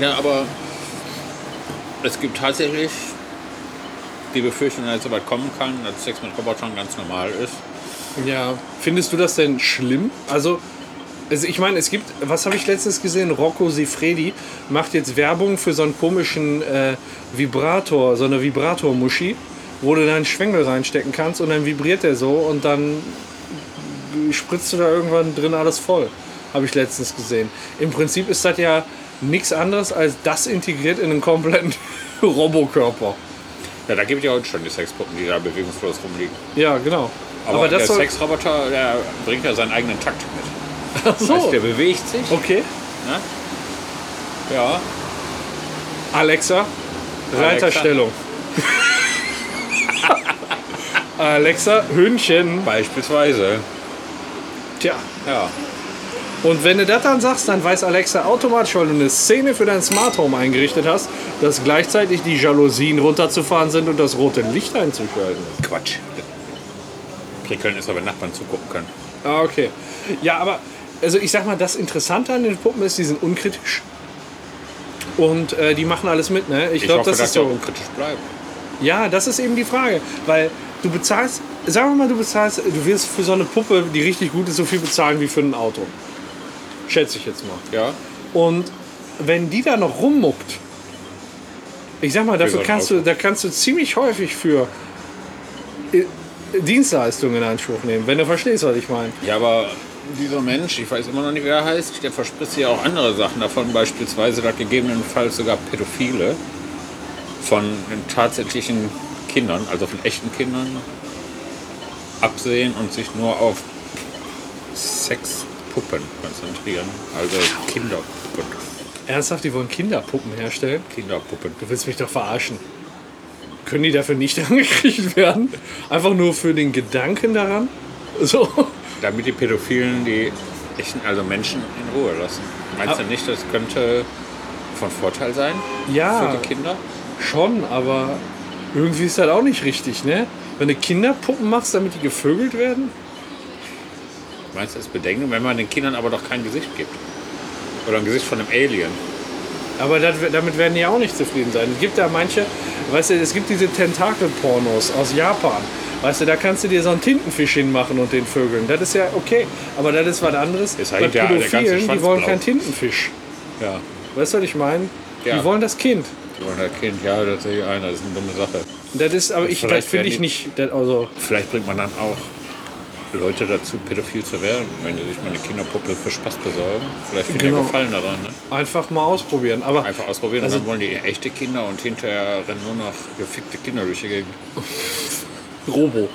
C: Ja, aber es gibt tatsächlich die Befürchtung, dass so weit kommen kann, dass Sex mit Robotern ganz normal ist.
A: Ja. Findest du das denn schlimm? Also, also ich meine, es gibt, was habe ich letztens gesehen? Rocco Sifredi macht jetzt Werbung für so einen komischen äh, Vibrator, so eine Vibratormuschi, wo du deinen Schwengel reinstecken kannst und dann vibriert der so und dann spritzt du da irgendwann drin alles voll. Habe ich letztens gesehen. Im Prinzip ist das ja nichts anderes als das integriert in einen kompletten Robokörper.
C: Ja, da gibt es ja heute schon die Sexpuppen, die da bewegungslos rumliegen.
A: Ja, genau.
C: Aber,
A: das
C: der
A: soll-
C: Sexroboter, der bringt ja seinen eigenen Takt mit.
A: Ach
C: Das heißt,
A: so. Oh.
C: der bewegt sich.
A: Okay.
C: Ja,
A: Alexa, Reiterstellung. Alexa, Hündchen.
C: beispielsweise.
A: Tja.
C: Ja.
A: Und wenn du das dann sagst, dann weiß Alexa automatisch, weil du eine Szene für dein Smart Home eingerichtet hast, dass gleichzeitig die Jalousien runterzufahren sind und das rote Licht einzuschalten.
C: Quatsch. Prickeln ist, aber Nachbarn zugucken können.
A: Ah, okay. Ja, aber also ich sag mal, das Interessante an den Puppen ist, die sind unkritisch. Und äh, die machen alles mit, ne? Ich,
C: Ich
A: glaube,
C: hoffe,
A: das
C: dass
A: ist
C: wir
A: so.
C: unkritisch bleiben.
A: Ja, das ist eben die Frage, weil du bezahlst, sagen wir mal, du bezahlst, du wirst für so eine Puppe, die richtig gut ist, so viel bezahlen wie für ein Auto. Schätze ich jetzt mal.
C: Ja.
A: Und wenn die da noch rummuckt, ich sag mal,
C: so
A: dafür
C: ein
A: kannst
C: Auto.
A: du, da kannst du ziemlich häufig für äh, Dienstleistungen in Anspruch nehmen, wenn du verstehst, was ich meine.
C: Ja, aber dieser Mensch, ich weiß immer noch nicht, wie er heißt, der verspritzt ja auch andere Sachen davon, beispielsweise, dass gegebenenfalls sogar Pädophile von tatsächlichen Kindern, also von echten Kindern, absehen und sich nur auf Sexpuppen konzentrieren. Also Kinderpuppen.
A: Ernsthaft, die wollen Kinderpuppen herstellen?
C: Kinderpuppen.
A: Du willst mich doch verarschen. Können die dafür nicht angekriegt werden? Einfach nur für den Gedanken daran? So.
C: Damit die Pädophilen die echten, also Menschen in Ruhe lassen. Meinst du nicht, das könnte von Vorteil sein
A: Ja.
C: für die Kinder?
A: Schon, aber irgendwie ist das auch nicht richtig, ne? Wenn du Kinderpuppen machst, damit die gevögelt werden?
C: Meinst du das Bedenken, wenn man den Kindern aber doch kein Gesicht gibt? Oder ein Gesicht von einem Alien?
A: Aber das, damit werden die auch nicht zufrieden sein. Es gibt da manche, weißt du, es gibt diese Tentakelpornos aus Japan. Weißt du, da kannst du dir so einen Tintenfisch hinmachen und den Vögeln. Das ist ja okay, aber das ist was anderes.
C: Ist
A: Bei
C: halt ja der ganze
A: Pädophilen, die
C: Schwanz
A: wollen
C: blau.
A: keinen Tintenfisch.
C: Ja.
A: Weißt du, was ich meine?
C: Ja.
A: Die wollen das Kind.
C: Oder Kind, ja, das sehe ich ein, das ist eine dumme Sache.
A: Das ist, aber ich, das
C: Vielleicht
A: finde
C: werden
A: ich
C: die-
A: nicht, das, also,
C: Vielleicht bringt man dann auch Leute dazu, pädophil zu werden, wenn die sich mal eine Kinderpuppe für Spaß besorgen. Vielleicht finden
A: Genau. Also
C: die Gefallen daran. Ne?
A: einfach mal ausprobieren. Aber
C: Einfach ausprobieren und dann wollen die echte Kinder und hinterher rennen nur noch gefickte Kinder durch die Gegend.
A: Robo.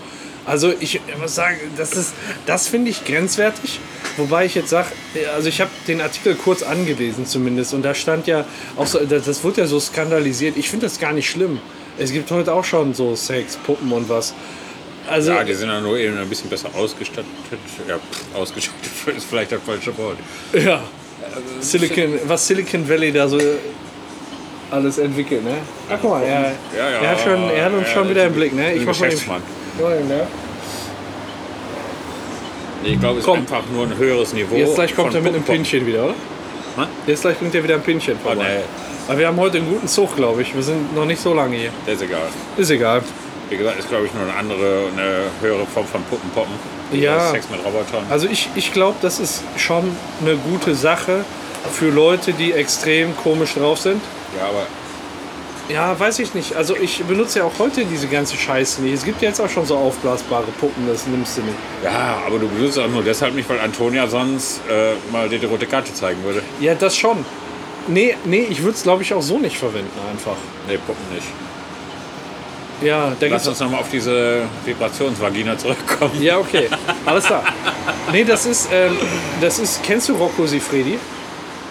A: Also ich muss sagen, das ist, das finde ich grenzwertig. Wobei ich jetzt sage, also ich habe den Artikel kurz angelesen zumindest und da stand ja auch so, das, das wurde ja so skandalisiert. Ich finde das gar nicht schlimm. Es gibt heute auch schon so Sex, Puppen und was. Also
C: Ja, die sind dann nur eben ein bisschen besser ausgestattet. Ja, pff, ausgestattet ist vielleicht das falsche Wort.
A: ja, Silicon, was Silicon Valley da so alles entwickelt, ne? Ach, guck mal, er,
C: Ja, ja,
A: er hat schon, er hat uns
C: ja,
A: schon wieder im Blick, ne?
C: ein
A: Ich mach mal den,
C: Geschäftsmann.
A: ne?
C: Nee, ich glaube, es
A: Komm.
C: ist einfach nur ein höheres Niveau.
A: Jetzt gleich kommt
C: Oh,
A: er
C: von
A: mit einem
C: Puppen.
A: Pinchen wieder, oder?
C: Hä?
A: Jetzt gleich bringt er wieder ein Pinchen
C: Oh,
A: vorbei.
C: nee,
A: Aber wir haben heute einen guten Zug, glaube ich. Wir sind noch nicht so lange hier.
C: der ist egal.
A: Ist egal.
C: Wie gesagt, ist glaube ich nur eine andere, eine höhere Form von Puppenpoppen.
A: Ja.
C: Sex mit Robotern.
A: Also ich, ich glaube, das ist schon eine gute Sache für Leute, die extrem komisch drauf sind.
C: Ja, aber
A: Ja, weiß ich nicht. Also ich benutze ja auch heute diese ganze Scheiße nicht. Es gibt ja jetzt auch schon so aufblasbare Puppen, das nimmst du nicht.
C: Ja, aber du benutzt auch nur deshalb nicht, weil Antonia sonst äh, mal dir die rote Karte zeigen würde.
A: Ja, das schon. Nee, nee, ich würde es, glaube ich, auch so nicht verwenden einfach.
C: Nee, Puppen nicht.
A: Ja, da
C: Lass
A: gibt's
C: uns nochmal auf diese Vibrationsvagina zurückkommen.
A: Ja, okay. Alles klar. Nee, das ist, ähm, das ist, kennst du Rocco Sifredi?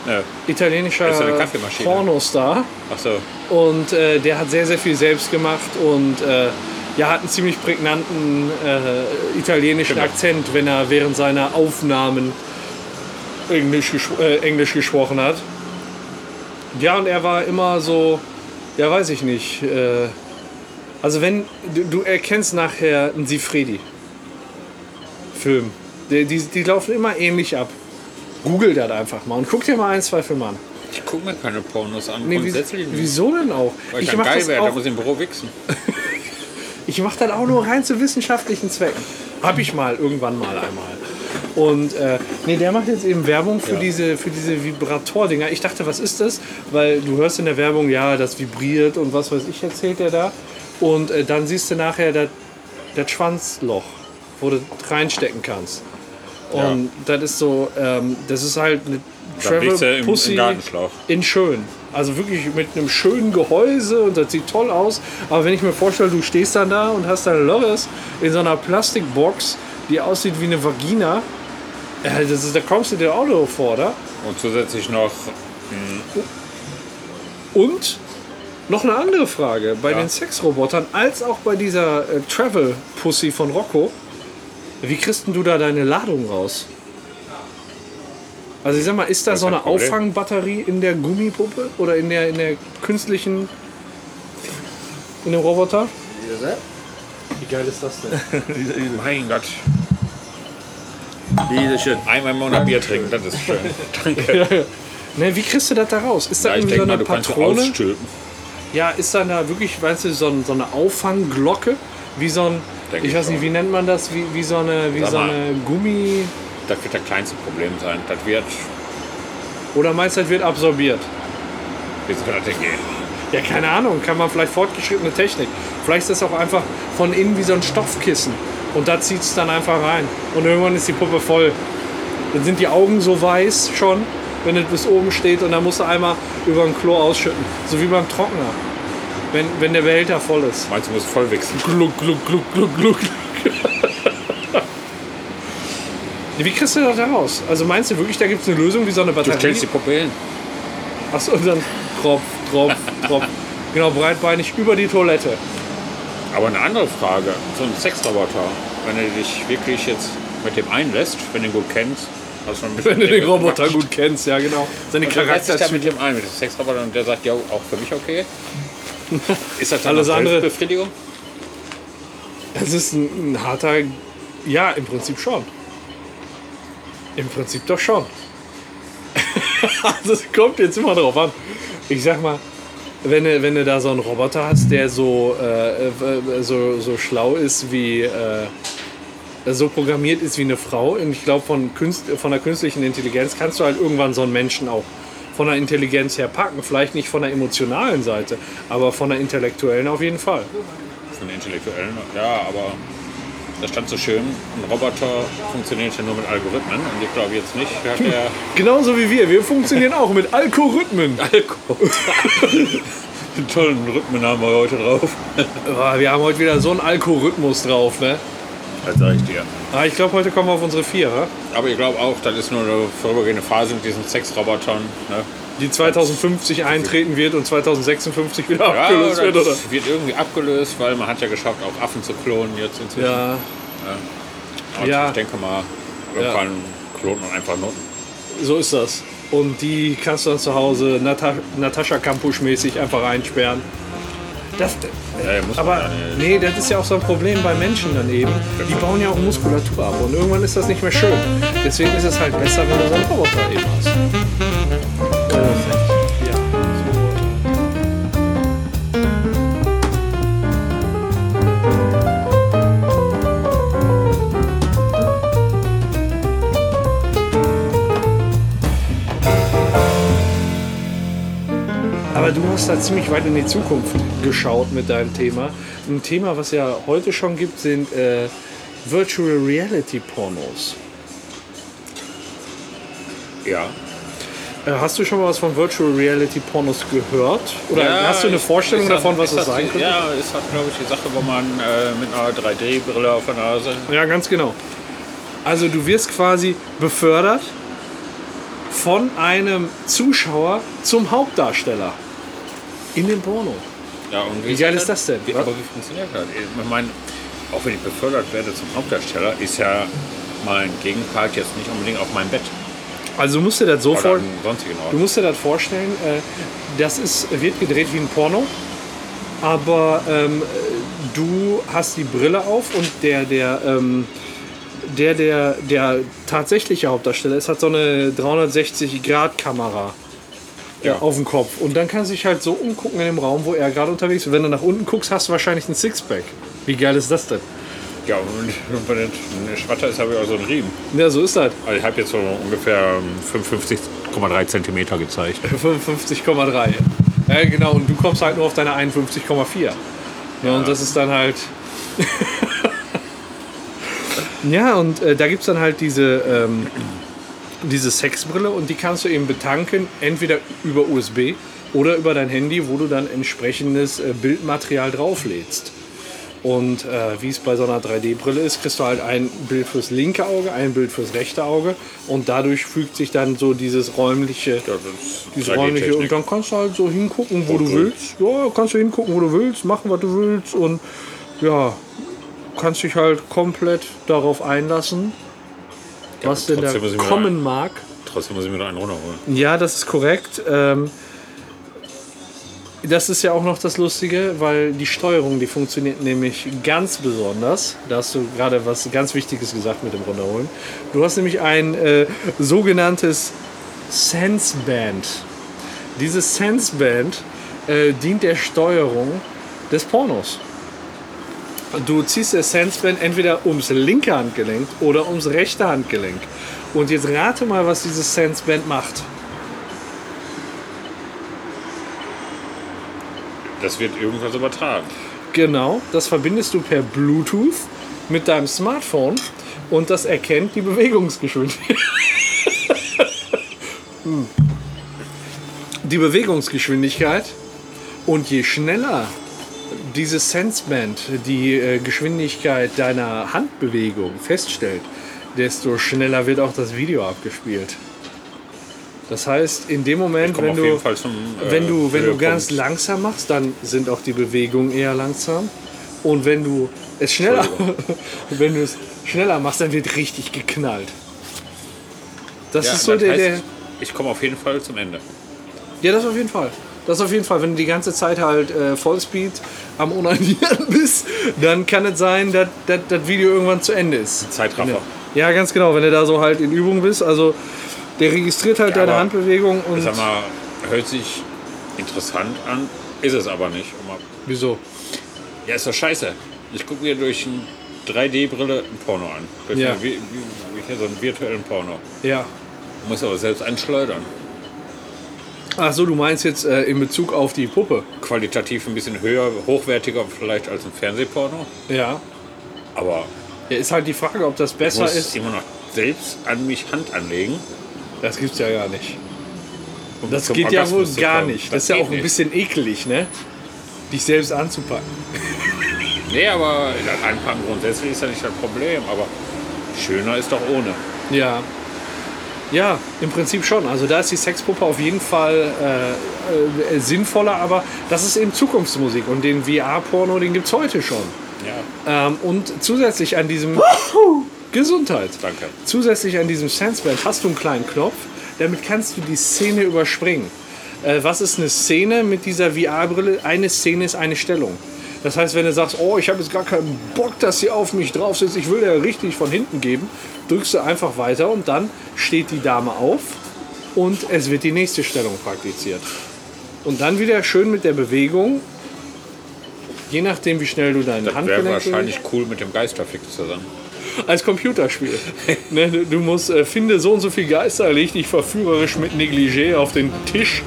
C: Nö.
A: Italienischer
C: Ist ja eine Kaffeemaschine.
A: Pornostar.
C: Ach so.
A: Und äh, der hat sehr, sehr viel selbst gemacht und äh, ja, hat einen ziemlich prägnanten äh, italienischen
C: Genau.
A: Akzent, wenn er während seiner Aufnahmen Englisch, gesch- äh, Englisch gesprochen hat. Ja, und er war immer so, ja, weiß ich nicht. Äh, also, wenn du, du erkennst nachher einen Sifredi-Film, die, die, die laufen immer ähnlich ab. Google das einfach mal und guck dir mal ein, zwei Filme an.
C: Ich gucke mir keine Pornos an.
A: Nee,
C: Grundsätzlich
A: wie,
C: nicht.
A: wieso denn auch?
C: Weil ich,
A: Ich
C: dann
A: mache
C: geil
A: das,
C: wäre, da muss
A: auch-
C: ich im Büro wichsen.
A: ich mach das auch nur rein zu wissenschaftlichen Zwecken. Hab ich mal, irgendwann mal einmal. Und äh, nee, der macht jetzt eben Werbung für diese, für diese Vibrator-Dinger. Ich dachte, was ist das? Weil du hörst in der Werbung, ja, das vibriert und was weiß ich, erzählt er da. Und äh, dann siehst du nachher das- das Schwanzloch, wo du reinstecken kannst. Und das ist so, ähm, das ist halt eine
C: Dann
A: Travel
C: liegst du im,
A: Pussy
C: im Gartenschlauch.
A: in schön. Also wirklich mit einem schönen Gehäuse und das sieht toll aus. Aber wenn ich mir vorstelle, du stehst dann da und hast dein Loris in so einer Plastikbox, die aussieht wie eine Vagina, äh, das ist, da kommst du dir auch noch vor, oder?
C: Und zusätzlich noch,
A: Und noch eine andere Frage. Bei den Sexrobotern als auch bei dieser äh, Travel-Pussy von Rocco, wie kriegst denn du da deine Ladung raus? Also ich sag mal, ist da so
C: kein
A: eine
C: Problem.
A: Auffangbatterie in der Gummipuppe oder in der, in der künstlichen, in dem Roboter? Wie geil ist das denn?
C: mein Gott,
D: Diese schön.
C: einmal im Monat Bier trinken, das ist schön. Danke.
A: ne, wie kriegst du das da raus? Ist da
C: Ja, ich
A: irgendwie so
C: denke
A: eine
C: mal, du kannst auch
A: Patrone?
C: ausstülpen.
A: Ja, ist dann da wirklich, weißt du, so, ein, so eine Auffangglocke, wie so ein,
C: Denk
A: ich
C: ich
A: weiß nicht,
C: auch.
A: wie nennt man das, wie, wie so eine, wie
C: Sag
A: so
C: mal.
A: eine Gummi,
C: Das wird das kleinste Problem sein. Das wird,
A: oder meinst du, das wird absorbiert?
C: wie soll das denn gehen?
A: Ja, keine Ahnung, kann man vielleicht fortgeschrittene Technik. Vielleicht ist das auch einfach von innen wie so ein Stoffkissen und da zieht es dann einfach rein und irgendwann ist die Puppe voll. Dann sind die Augen so weiß schon, wenn es bis oben steht und dann musst du einmal über ein Klo ausschütten, so wie beim Trockner. Wenn, wenn der Behälter voll ist.
C: Meinst du, musst voll wechseln?
A: Gluck, gluck, gluck, gluck, gluck. Wie kriegst du das da raus? Also meinst du wirklich, da gibt es eine Lösung, wie so eine
C: Du
A: Batterie?
C: stellst die Puppe hin.
A: Achso, und dann Tropf, Tropf, Tropf. Genau, breitbeinig über die Toilette.
C: Aber eine andere Frage, so ein Sexroboter, wenn du dich wirklich jetzt mit dem einlässt, wenn du ihn gut kennst, hast du ein bisschen
A: Wenn du den Roboter gut kennst, ja genau. Seine
C: Du Also lässt dich da
A: Charakterzüge.
C: mit dem ein, mit dem Sexroboter und der sagt, ja, auch für mich okay. Ist das dann
A: Alles
C: noch
A: andere-
C: Selbstbefriedigung?
A: Das ist ein, ein harter. Ja, im Prinzip schon. Im Prinzip doch schon. also es kommt jetzt immer drauf an. Ich sag mal, wenn du, wenn du da so einen Roboter hast, der so, äh, äh, so, so schlau ist wie. Äh, so programmiert ist wie eine Frau. Und ich glaube, von, Künst, von der künstlichen Intelligenz kannst du halt irgendwann so einen Menschen auch von der Intelligenz her packen. Vielleicht nicht von der emotionalen Seite, aber von der intellektuellen auf jeden Fall.
C: Von den Intellektuellen, ja, aber da stand so schön, ein Roboter funktioniert ja nur mit Algorithmen und ich glaube jetzt nicht, hat er
A: Genauso wie wir. Wir funktionieren auch mit Algorithmen.
C: einen tollen Rhythmen haben wir heute drauf.
A: Ah, wir haben heute wieder so einen Algorithmus drauf, ne?
C: Das sage ich dir.
A: Ah, ich glaube, heute kommen wir auf unsere vier, ne?
C: Aber ich glaube auch, das ist nur eine vorübergehende Phase mit diesen Sexrobotern. Ne?
A: die 2050 eintreten wird und 2056 wieder
C: Ja,
A: abgelöst wird, oder?
C: das wird irgendwie abgelöst, weil man hat ja geschafft, auch Affen zu klonen jetzt inzwischen.
A: Ja,
C: Und
A: ja.
C: Ich denke mal, irgendwann klonen man einfach Noten.
A: so ist das. Und die kannst du dann zu Hause Nata Natascha Kampusch-mäßig einfach einsperren. Das, äh,
C: Ja, ja, muss man
A: aber
C: ja, ja.
A: nee, das ist ja auch so ein Problem bei Menschen dann eben. Die bauen ja auch Muskulatur ab und irgendwann ist das nicht mehr schön. Deswegen ist es halt besser, wenn du so einen Roboter eben hast. Aber du hast da ziemlich weit in die Zukunft geschaut mit deinem Thema. Ein Thema, was ja heute schon gibt, sind äh, Virtual Reality Pornos.
C: Ja.
A: Äh, hast du schon mal was von Virtual Reality Pornos gehört? Oder
C: ja,
A: hast du eine
C: ich-
A: Vorstellung
C: ist das-
A: davon, was
C: ist
A: das sein könnte?
C: Ja, ist das, glaube ich, die Sache, wo man äh, mit einer 3D-Brille auf der Nase.
A: Ja, ganz genau. Also du wirst quasi befördert von einem Zuschauer zum Hauptdarsteller in dem Porno.
C: Ja, und
A: Wie geil ist das denn?
C: Wie, aber wie funktioniert das? Ich meine, auch wenn ich befördert werde zum Hauptdarsteller, ist ja mein Gegenpart jetzt nicht unbedingt auf meinem Bett
A: Also du musst dir das so
C: oder
A: vorstellen.
C: an sonstigen Ort.
A: Du musst dir das vorstellen, äh, das ist, wird gedreht wie ein Porno, aber ähm, äh, du hast die Brille auf und der, der, ähm, der, der, der tatsächliche Hauptdarsteller ist, hat so eine 360-Grad-Kamera äh,
C: Ja.
A: auf dem Kopf. Und dann kannst du dich halt so umgucken in dem Raum, wo er gerade unterwegs ist. Und wenn du nach unten guckst, hast du wahrscheinlich ein Sixpack. Wie geil ist das denn?
C: Ja, und wenn eine Schwatter ist, habe ich auch so einen Riemen.
A: Ja, so ist das.
C: Also ich habe jetzt so ungefähr ähm, 55,3 Zentimeter gezeigt.
A: 55,3. Ja, genau. Und du kommst halt nur auf deine 51,4. Ja, und das ist dann halt. ja, und äh, da gibt es dann halt diese, ähm, diese Sexbrille und die kannst du eben betanken, entweder über USB oder über dein Handy, wo du dann entsprechendes äh, Bildmaterial drauflädst. Und äh, wie es bei so einer 3D-Brille ist, kriegst du halt ein Bild fürs linke Auge, ein Bild fürs rechte Auge und dadurch fügt sich dann so dieses räumliche
C: Ja, das ist
A: diese
C: 3D
A: räumliche. Und
C: Technik.
A: dann kannst du halt so hingucken, wo
C: Und
A: du
C: so.
A: willst. Ja, kannst du hingucken, wo du willst, machen, was du willst. Und ja, kannst dich halt komplett darauf einlassen, was denn da
C: trotzdem muss ich mir
A: kommen mag.
C: Trotzdem muss ich mir noch einen runterholen.
A: Ja, das ist korrekt. Ähm, das ist ja auch noch das Lustige, weil die Steuerung, die funktioniert nämlich ganz besonders. Da hast du gerade was ganz Wichtiges gesagt mit dem Runterholen. Du hast nämlich ein äh, sogenanntes Senseband. Dieses Senseband äh, dient der Steuerung des Pornos. Du ziehst das Senseband entweder ums linke Handgelenk oder ums rechte Handgelenk. Und jetzt rate mal, was dieses Senseband macht.
C: Das wird irgendwas übertragen.
A: Genau, das verbindest du per Bluetooth mit deinem Smartphone und das erkennt die Bewegungsgeschwindigkeit. Hm. die Bewegungsgeschwindigkeit und je schneller diese Senseband die äh, Geschwindigkeit deiner Handbewegung feststellt, desto schneller wird auch das Video abgespielt. Das heißt, in dem Moment,
C: Komm
A: wenn
C: auf
A: du,
C: jeden Fall zum, äh,
A: wenn du, wenn du
C: Höhepunkt.
A: ganz langsam machst, dann sind auch die Bewegungen eher langsam. Und wenn du es schneller, wenn du es schneller machst, dann wird richtig geknallt. Das
C: Ja,
A: ist so
C: das
A: der,
C: heißt,
A: der,
C: Ich komme auf jeden Fall zum Ende.
A: ja, das auf jeden Fall. Das auf jeden Fall. Wenn du die ganze Zeit halt äh, Vollspeed am Onanieren bist, dann kann es sein, dass dass das Video irgendwann zu Ende ist.
C: Zeitraffer.
A: Ja, ganz genau. Wenn du da so halt in Übung bist, also der registriert halt
C: Ja,
A: deine
C: aber,
A: Handbewegung und.
C: Sag mal, hört sich interessant an, ist es aber nicht. Um ab-
A: Wieso?
C: Ja, ist doch scheiße. Ich gucke mir durch eine 3D-Brille ein Porno an. Durch
A: Ja.
C: eine vi- vi- wie hier so einen virtuellen Porno.
A: Ja.
C: Muss aber selbst einschleudern.
A: Ach so, du meinst jetzt äh, in Bezug auf die Puppe?
C: Qualitativ ein bisschen höher, hochwertiger vielleicht als ein Fernsehporno.
A: Ja.
C: Aber
A: Ja, ist halt die Frage, ob das
C: ich
A: besser
C: muss
A: ist.
C: immer noch selbst an mich Hand anlegen.
A: Das gibt's ja gar nicht.
C: um
A: Das
C: zum
A: geht ja wohl
C: Orgasmus zu
A: gar
C: kommen.
A: nicht. Das, ist ja
C: geht
A: auch ein bisschen eklig, ne? Dich selbst anzupacken.
C: Nee, aber das Anfangen grundsätzlich ist ja nicht das Problem. Aber schöner ist doch ohne.
A: Ja. Ja, im Prinzip schon. Also da ist die Sexpuppe auf jeden Fall äh, äh, sinnvoller, aber das ist eben Zukunftsmusik und den VR-Porno, den gibt es heute schon.
C: Ja,
A: Ähm, und zusätzlich an diesem Gesundheit.
C: danke.
A: Zusätzlich an diesem Sandband hast du einen kleinen Knopf, damit kannst du die Szene überspringen. Äh, was ist eine Szene mit dieser VR-Brille? Eine Szene ist eine Stellung. Das heißt, wenn du sagst, oh, ich habe jetzt gar keinen Bock, dass sie auf mich drauf sitzt, ich will ja richtig von hinten geben, drückst du einfach weiter und dann steht die Dame auf und es wird die nächste Stellung praktiziert. Und dann wieder schön mit der Bewegung, je nachdem, wie schnell du deine
C: Das
A: Hand
C: wäre
A: bewegst.
C: wahrscheinlich cool mit dem Geisterfix zusammen.
A: als Computerspiel. ne, du- du musst äh, finde so und so viel Geister, leg dich verführerisch mit Negligé auf den Tisch.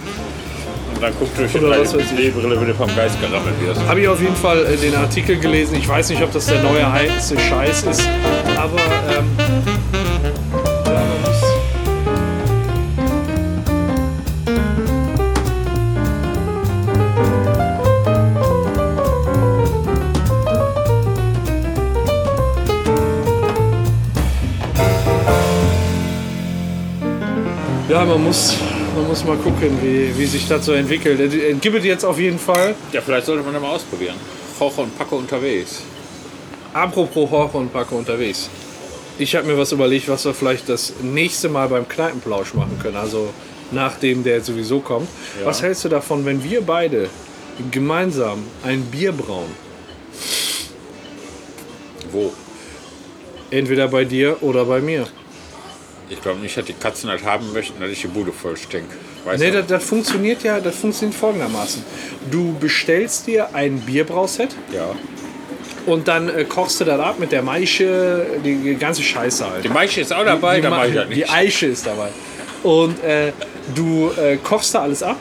C: Und dann guckt durch die
A: Oder was weiß ich.
C: Brille, wenn du vom Geist gerammelt wirst.
A: Habe ich auf jeden Fall äh, den Artikel gelesen. Ich weiß nicht, ob das der neue heiße Scheiß ist, aber ähm, ja, man muss- Ja, man muss, man muss mal gucken, wie, wie sich das so entwickelt. Äh, Es gibt es jetzt auf jeden Fall.
C: Ja, vielleicht sollte man das mal ausprobieren. Koche und Packe unterwegs.
A: Apropos Horror und Backe unterwegs. Ich habe mir was überlegt, was wir vielleicht das nächste Mal beim Kneipenplausch machen können. Also nachdem der jetzt sowieso kommt. Was hältst du davon, wenn wir beide gemeinsam ein Bier brauen?
C: Wo?
A: Entweder bei dir oder bei mir.
C: Ich glaube nicht, dass die Katzen das haben möchten, dass ich die Bude voll stink. Weißt
A: Nee,
C: du?
A: das, das funktioniert ja, das funktioniert folgendermaßen. Du bestellst dir ein Bierbrauset
C: Ja.
A: und dann äh, kochst du das ab mit der Maische, die ganze Scheiße halt.
C: Die Maische ist auch Genau dabei,
A: Die
C: dann
A: Ma-
C: mache ich das
A: Die
C: nicht.
A: Eiche ist dabei. Und äh, du äh, kochst da alles ab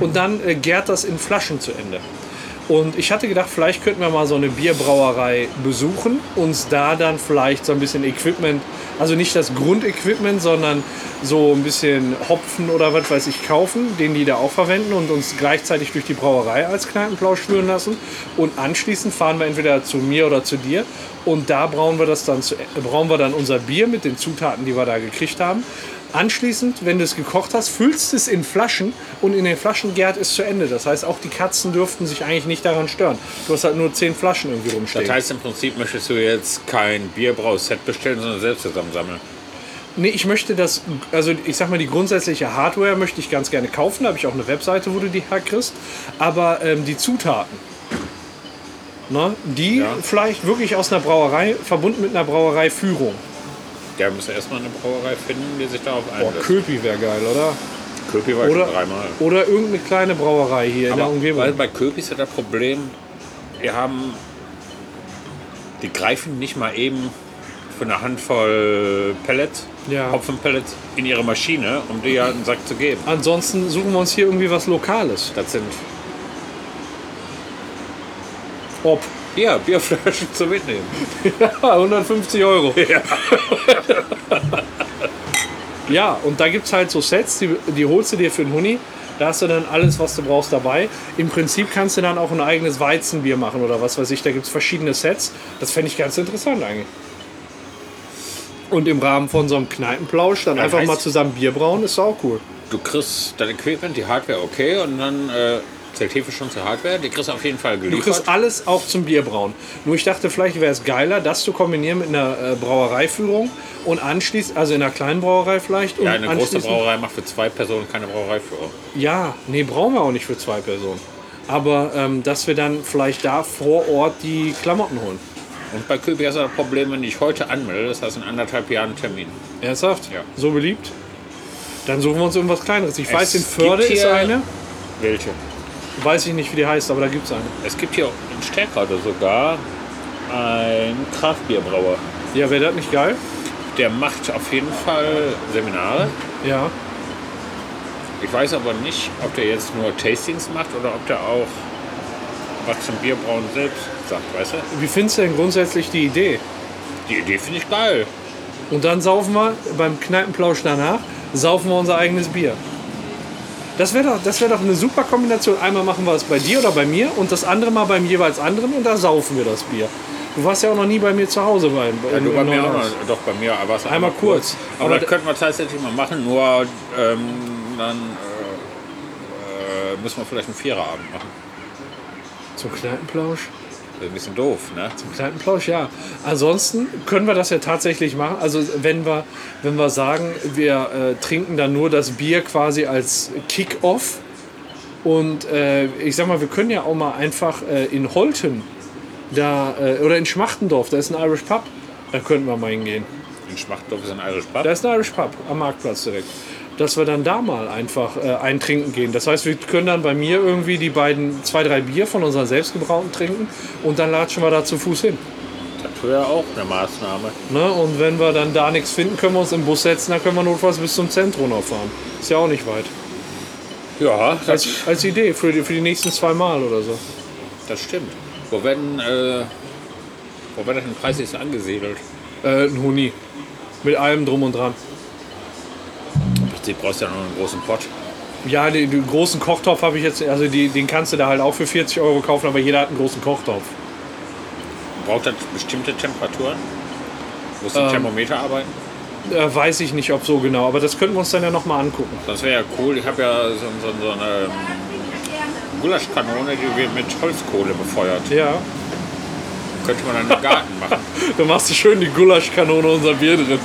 A: und dann äh, gärt das in Flaschen zu Ende. Und ich hatte gedacht, vielleicht könnten wir mal so eine Bierbrauerei besuchen, uns da dann vielleicht so ein bisschen Equipment, also nicht das Grundequipment, sondern so ein bisschen Hopfen oder was weiß ich kaufen, den die da auch verwenden und uns gleichzeitig durch die Brauerei als Kneipenplausch führen lassen. Und anschließend fahren wir entweder zu mir oder zu dir und da brauen wir, das dann zu, äh, brauen wir dann unser Bier mit den Zutaten, die wir da gekriegt haben. Anschließend, wenn du es gekocht hast, füllst du es in Flaschen und in den Flaschen gärt es zu Ende. Das heißt, auch die Katzen dürften sich eigentlich nicht daran stören. Du hast halt nur zehn Flaschen irgendwie rumstehen.
C: Das heißt, im Prinzip möchtest du jetzt kein Bierbrauset bestellen, sondern selbst zusammensammeln.
A: Nee, ich möchte das, also ich sag mal, die grundsätzliche Hardware möchte ich ganz gerne kaufen. Da habe ich auch eine Webseite, wo du die herkriegst. Aber ähm, die Zutaten, ne, die
C: Ja.
A: vielleicht wirklich aus einer Brauerei, verbunden mit einer Brauereiführung.
C: Der muss erstmal eine Brauerei finden, die sich darauf
A: Boah,
C: einlässt.
A: Köpi wäre geil, oder?
C: Köpi war ich
A: Oder-
C: schon dreimal.
A: Oder irgendeine kleine Brauerei hier in der
C: Aber
A: Umgebung.
C: weil bei Köpi ist ja das Problem, wir haben, die greifen nicht mal eben für eine Handvoll Pellets,
A: Ja.
C: Hopfenpellets in ihre Maschine, um dir einen Sack zu geben.
A: Ansonsten suchen wir uns hier irgendwie was Lokales.
C: Das sind
A: Ob.
C: ja Bierflaschen zu mitnehmen.
A: Ja, 150 Euro. Ja, und da gibt es halt so Sets, die, die holst du dir für einen Huni Da hast du dann alles, was du brauchst, dabei. Im Prinzip kannst du dann auch ein eigenes Weizenbier machen oder was weiß ich. Da gibt es verschiedene Sets. Das fände ich ganz interessant eigentlich. Und im Rahmen von so einem Kneipenplausch dann
C: Ja,
A: einfach
C: weiß-
A: mal zusammen Bier brauen, ist auch cool.
C: Du kriegst dein Equipment, die Hardware okay und dann äh, zählt Hefe schon zur Hardware. Die kriegst du auf jeden Fall
A: Du
C: geliefert.
A: kriegst alles auch zum Bierbrauen. Nur ich dachte, vielleicht wäre es geiler, das zu kombinieren mit einer äh, Brauereiführung und anschließend, also in einer kleinen Brauerei vielleicht. Und
C: ja, eine große
A: anschließend-
C: Brauerei macht für zwei Personen keine Brauerei für.
A: Ja, nee, brauchen wir auch nicht für zwei Personen. Aber ähm, dass wir dann vielleicht da vor Ort die Klamotten holen.
C: Und bei Köbi hast du das Problem, wenn ich heute anmelde, das heißt in anderthalb Jahren Termin.
A: Ernsthaft?
C: Ja.
A: So beliebt? Dann suchen wir uns irgendwas Kleineres. Ich weiß, in
C: gibt
A: Förde ist
C: hier-
A: eine.
C: Welche?
A: Weiß ich nicht, wie die heißt, aber da gibt es eine.
C: Es gibt hier in Stärkrade sogar einen Kraftbierbrauer.
A: Ja, wäre das nicht geil?
C: Der macht auf jeden Fall Seminare.
A: Ja.
C: Ich weiß aber nicht, ob der jetzt nur Tastings macht oder ob der auch was zum Bierbrauen selbst sagt, weißt du?
A: Wie findest du denn grundsätzlich die Idee?
C: Die Idee finde ich geil.
A: Und dann saufen wir beim Kneipenplausch danach, saufen wir unser eigenes Bier. Das wäre doch, das wär doch eine super Kombination. Einmal machen wir es bei dir oder bei mir und das andere mal beim jeweils anderen und da saufen wir das Bier. Du warst ja auch noch nie bei mir zu Hause. Bei,
C: Ja,
A: in-
C: du bei
A: in
C: mir auch
A: Neuhaus.
C: noch, doch bei mir, aber es
A: Einmal kurz.
C: Aber,
A: Aber
C: das
A: da-
C: könnten wir tatsächlich mal machen, nur ähm, dann äh, äh, müssen wir vielleicht einen Viererabend machen.
A: Zum Kneipenplausch?
C: Wäre ein bisschen doof, ne?
A: Kneipenplausch, ja. Ansonsten können wir das ja tatsächlich machen. Also wenn wir, wenn wir sagen, wir äh, trinken dann nur das Bier quasi als Kick-Off. Und äh, ich sag mal, wir können ja auch mal einfach äh, in Holten da, äh, oder in Schmachtendorf, da ist ein Irish Pub, da könnten wir mal hingehen.
C: In Schmachtdorf ist ein Irish Pub.
A: Da ist ein Irish Pub am Marktplatz direkt. Dass wir dann da mal einfach äh, eintrinken gehen. Das heißt, wir können dann bei mir irgendwie die beiden, zwei, drei Bier von unseren selbstgebrauten trinken und dann latschen wir da zu Fuß hin.
C: Das wäre auch eine Maßnahme.
A: Ne? Und wenn wir dann da nichts finden, können wir uns im Bus setzen, dann können wir notfalls bis zum Zentrum noch fahren. Ist ja auch nicht weit.
C: Ja, das,
A: Als, als Idee für die, für die nächsten zwei Mal oder so.
C: das stimmt. Wo werden, äh, wo werden denn Preis ist angesiedelt?
A: Äh, ein Huni. Mit allem drum und dran.
C: Im Prinzip brauchst du ja noch einen großen Pott.
A: Ja, den, den großen Kochtopf habe ich jetzt, also die, den kannst du da halt auch für 40 Euro kaufen, aber jeder hat einen großen Kochtopf.
C: Braucht das bestimmte Temperaturen? Muss
A: Ähm.
C: ein Thermometer arbeiten?
A: Äh, weiß ich nicht, ob so genau, aber das könnten wir uns dann ja nochmal angucken.
C: Das wäre ja cool. Ich habe ja so, so, so eine ähm, Gulaschkanone, die wird mit Holzkohle befeuert.
A: Ja.
C: Könnte man dann im Garten machen.
A: Dann machst du schön die Gulaschkanone unser Bier drin.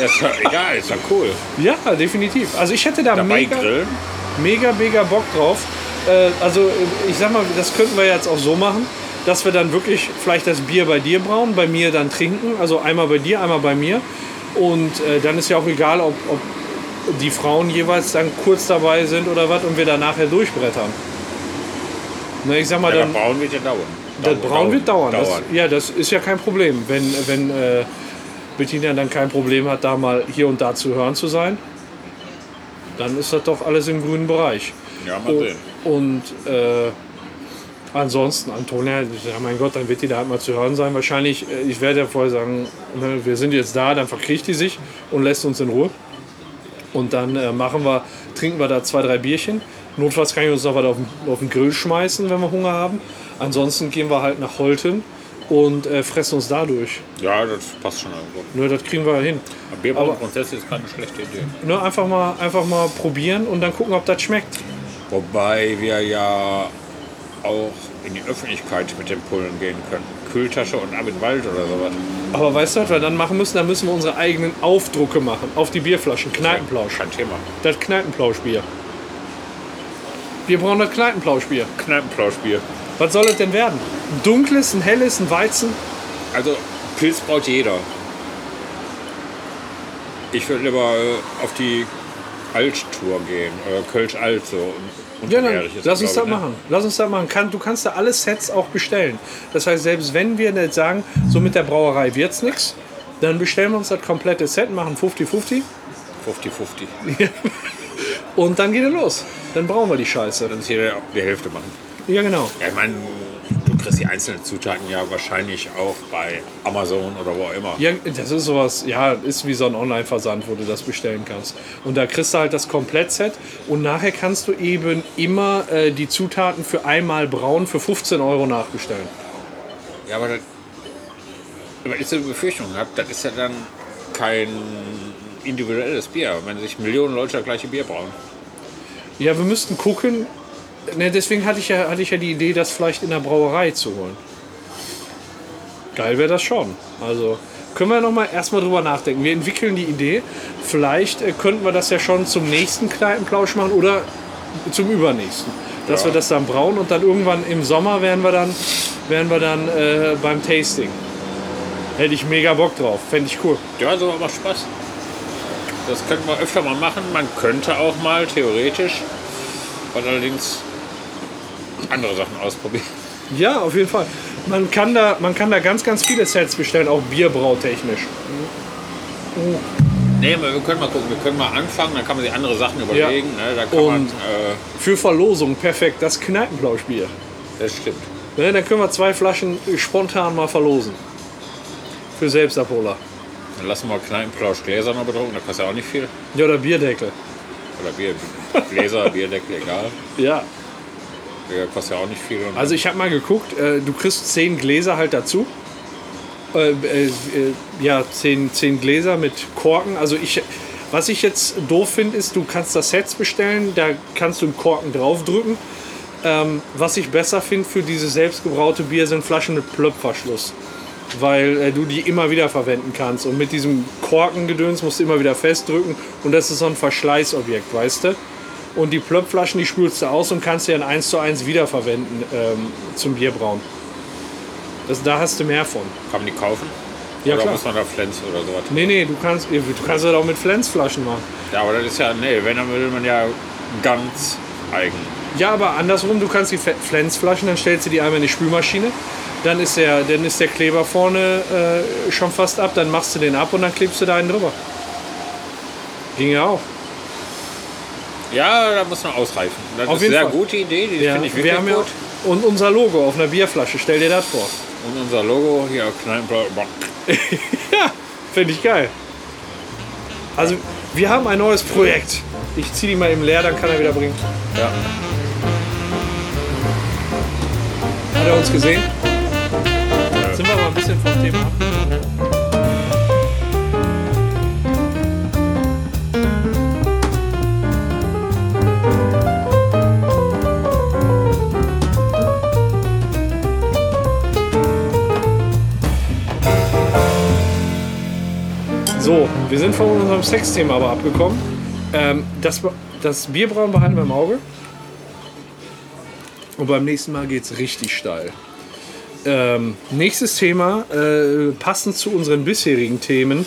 C: Das ist ja egal, ist ja cool.
A: Ja, definitiv. Also ich hätte da
C: Dabei
A: mega,
C: grillen.
A: mega, mega Bock drauf. Äh, also äh, ich sag mal, das könnten wir jetzt auch so machen, dass wir dann wirklich vielleicht das Bier bei dir brauen, bei mir dann trinken. Also einmal bei dir, einmal bei mir. Und äh, dann ist ja auch egal, ob, ob die Frauen jeweils dann kurz dabei sind oder was und wir dann nachher durchbrettern. Na, ich sag mal,
C: Ja,
A: dann,
C: das Brauen wird ja dauern.
A: das Brauen wird dauern. Das,
C: dauern.
A: ja, das ist ja kein Problem. Wenn, wenn äh, Bettina dann kein Problem hat, da mal hier und da zu hören zu sein, dann ist das doch alles im grünen Bereich. Oh,
C: Ja, mal sehen.
A: Und äh, ansonsten, Antonia, ja, mein Gott, dann wird die da halt mal zu hören sein. Wahrscheinlich, äh, ich werde ja vorher sagen, ne, wir sind jetzt da, dann verkriecht die sich und lässt uns in Ruhe. Und dann äh, machen wir, trinken wir da zwei, drei Bierchen. Notfalls kann ich uns noch was auf den, auf den Grill schmeißen, wenn wir Hunger haben. Ansonsten gehen wir halt nach Holten und äh, fressen uns da durch.
C: Ja, das passt schon irgendwo.
A: Ne, das kriegen wir hin.
C: Aber Bierbrauen
A: Aber-
C: grundsätzlich ist keine schlechte Idee.
A: Ne, einfach, mal, einfach mal probieren und dann gucken, ob das schmeckt.
C: Wobei wir ja auch in die Öffentlichkeit mit den Pullen gehen können. Kühltasche und ab in den Wald oder sowas.
A: Aber weißt du, was wir dann machen müssen? Dann müssen wir unsere eigenen Aufdrucke machen auf die Bierflaschen. Kneipenplausch.
C: Kein Thema.
A: Das Kneipenplauschbier. Wir brauchen das Kneipenplauschbier.
C: Kneipenplauschbier.
A: Was soll es denn werden? Ein dunkles, ein helles, ein Weizen?
C: Also Pilz braucht jeder. Ich würde lieber äh, auf die Alt-Tour gehen. Äh, Kölsch-Alt so. und-
A: Ja, dann
C: unterjährig ist,
A: lass uns das
C: glaub ich, ne?
A: machen. Lass uns das machen. Kann, du kannst da alle Sets auch bestellen. Das heißt, selbst wenn wir jetzt sagen, so mit der Brauerei wird's nix, dann bestellen wir uns das komplette Set, machen 50-50
C: 50-50.
A: und dann geht er los. Dann brauchen wir die Scheiße.
C: Dann ist jeder die Hälfte machen.
A: Ja, genau.
C: Ja, ich meine, du kriegst die einzelnen Zutaten ja wahrscheinlich auch bei Amazon oder wo auch immer.
A: Ja, das ist sowas, ja, ist wie so ein Online-Versand, wo du das bestellen kannst. Und da kriegst du halt das Komplettset und nachher kannst du eben immer äh, die Zutaten für einmal braun für 15 Euro nachbestellen.
C: Ja, aber das, wenn ich so eine Befürchtung habe, das ist ja dann kein individuelles Bier, wenn sich Millionen Leute das gleiche Bier brauen.
A: Ja, wir müssten gucken. Ne, deswegen hatte ich, ja, hatte ich ja die Idee, das vielleicht in der Brauerei zu holen. Geil wäre das schon. Also können wir nochmal erstmal drüber nachdenken. Wir entwickeln die Idee. Vielleicht äh, könnten wir das ja schon zum nächsten Kneipenplausch machen oder zum übernächsten. Dass wir das dann brauen und dann irgendwann im Sommer wären wir dann, wären wir dann äh, beim Tasting. Hätte ich mega Bock drauf. Fände ich cool.
C: Ja, so macht Spaß. Das könnten wir öfter mal machen. Man könnte auch mal theoretisch, aber allerdings andere Sachen ausprobieren.
A: Ja, auf jeden Fall. Man kann da, man kann da ganz, ganz viele Sets bestellen, auch bierbrautechnisch.
C: Nee, aber wir können mal gucken, wir können mal anfangen, dann kann man sich andere Sachen überlegen. Ne? Da kann man,
A: Und-
C: äh,
A: Für Verlosung, perfekt. Das Kneipenblauschbier.
C: das stimmt.
A: Ne, dann können wir zwei Flaschen äh, spontan mal verlosen. Für Selbstabholer.
C: Dann lassen wir Kneipenplausch Gläser noch bedrucken, da kostet ja auch nicht viel.
A: Ja, oder Bierdeckel.
C: Oder Bier, Gläser, Bierdeckel, egal.
A: Ja.
C: Der kostet ja auch nicht viel. Und
A: Also ich habe mal geguckt, äh, du kriegst zehn Gläser halt dazu. Äh, äh, äh, ja, zehn, zehn Gläser mit Korken. Also ich, was ich jetzt doof finde, ist, du kannst das Sets bestellen, da kannst du einen Korken draufdrücken. Ähm, was ich besser finde für dieses selbstgebraute Bier sind Flaschen mit Plöppverschluss. Weil äh, du die immer wieder verwenden kannst. Und mit diesem Korkengedöns musst du immer wieder festdrücken. Und das ist so ein Verschleißobjekt, weißt du? Und die Plöppflaschen, die spülst du aus und kannst die dann eins zu eins wiederverwenden ähm, zum Bierbrauen. Das, da hast du mehr von.
C: kann man die kaufen?
A: Ja,
C: oder
A: klar.
C: muss man da pflanzen oder sowas?
A: Nee, nee, du kannst, du kannst das auch mit Flensflaschen machen.
C: Ja, aber das ist ja, nee, wenn, dann will man ja ganz eigen.
A: Ja, aber andersrum, du kannst die Fe- Flensflaschen, dann stellst du die einmal in die Spülmaschine, dann ist der, dann ist der Kleber vorne äh, schon fast ab, dann machst du den ab und dann klebst du da einen drüber. Ging ja auch.
C: Ja, da muss man ausreifen. Das
A: Auf
C: ist
A: jeden
C: eine sehr
A: Fall.
C: gute Idee, die
A: Ja,
C: finde ich
A: wir
C: wirklich
A: haben
C: gut.
A: ja und unser Logo auf einer Bierflasche, stell dir das vor.
C: Und unser Logo hier, Kneipenblau.
A: Ja, finde ich geil. Also, wir haben ein neues Projekt. Ich ziehe die mal eben leer, dann kann er wieder bringen.
C: Ja.
A: Hat er uns gesehen? Sind wir mal ein bisschen vom Thema ab. So, wir sind von unserem Sexthema aber abgekommen. Ähm, das, das Bierbrauen behalten wir im Auge. Und beim nächsten Mal geht es richtig steil. Ähm, nächstes Thema, äh, passend zu unseren bisherigen Themen.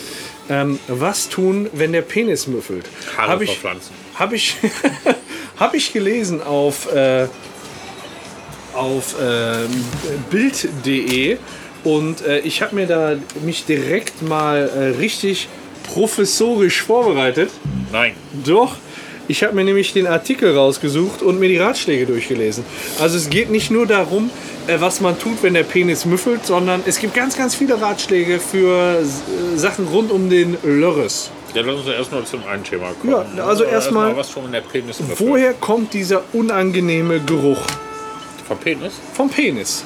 A: Ähm, was tun, wenn der Penis müffelt?
C: Haare
A: Hab ich,
C: verpflanzen.
A: hab ich, hab ich gelesen auf, äh, auf ähm, bild.de und äh, ich habe mir da mich direkt mal äh, richtig professorisch vorbereitet.
C: Nein.
A: Doch. Ich habe mir nämlich den Artikel rausgesucht und mir die Ratschläge durchgelesen. Also es geht nicht nur darum, äh, was man tut, wenn der Penis müffelt, sondern es gibt ganz, ganz viele Ratschläge für äh, Sachen rund um den Lörres.
C: Ja, lass uns erstmal zum einen Thema kommen.
A: Ja, also erstmal-
C: Was schon in der Penis
A: Woher kommt dieser unangenehme Geruch
C: Vom Penis?
A: vom Penis?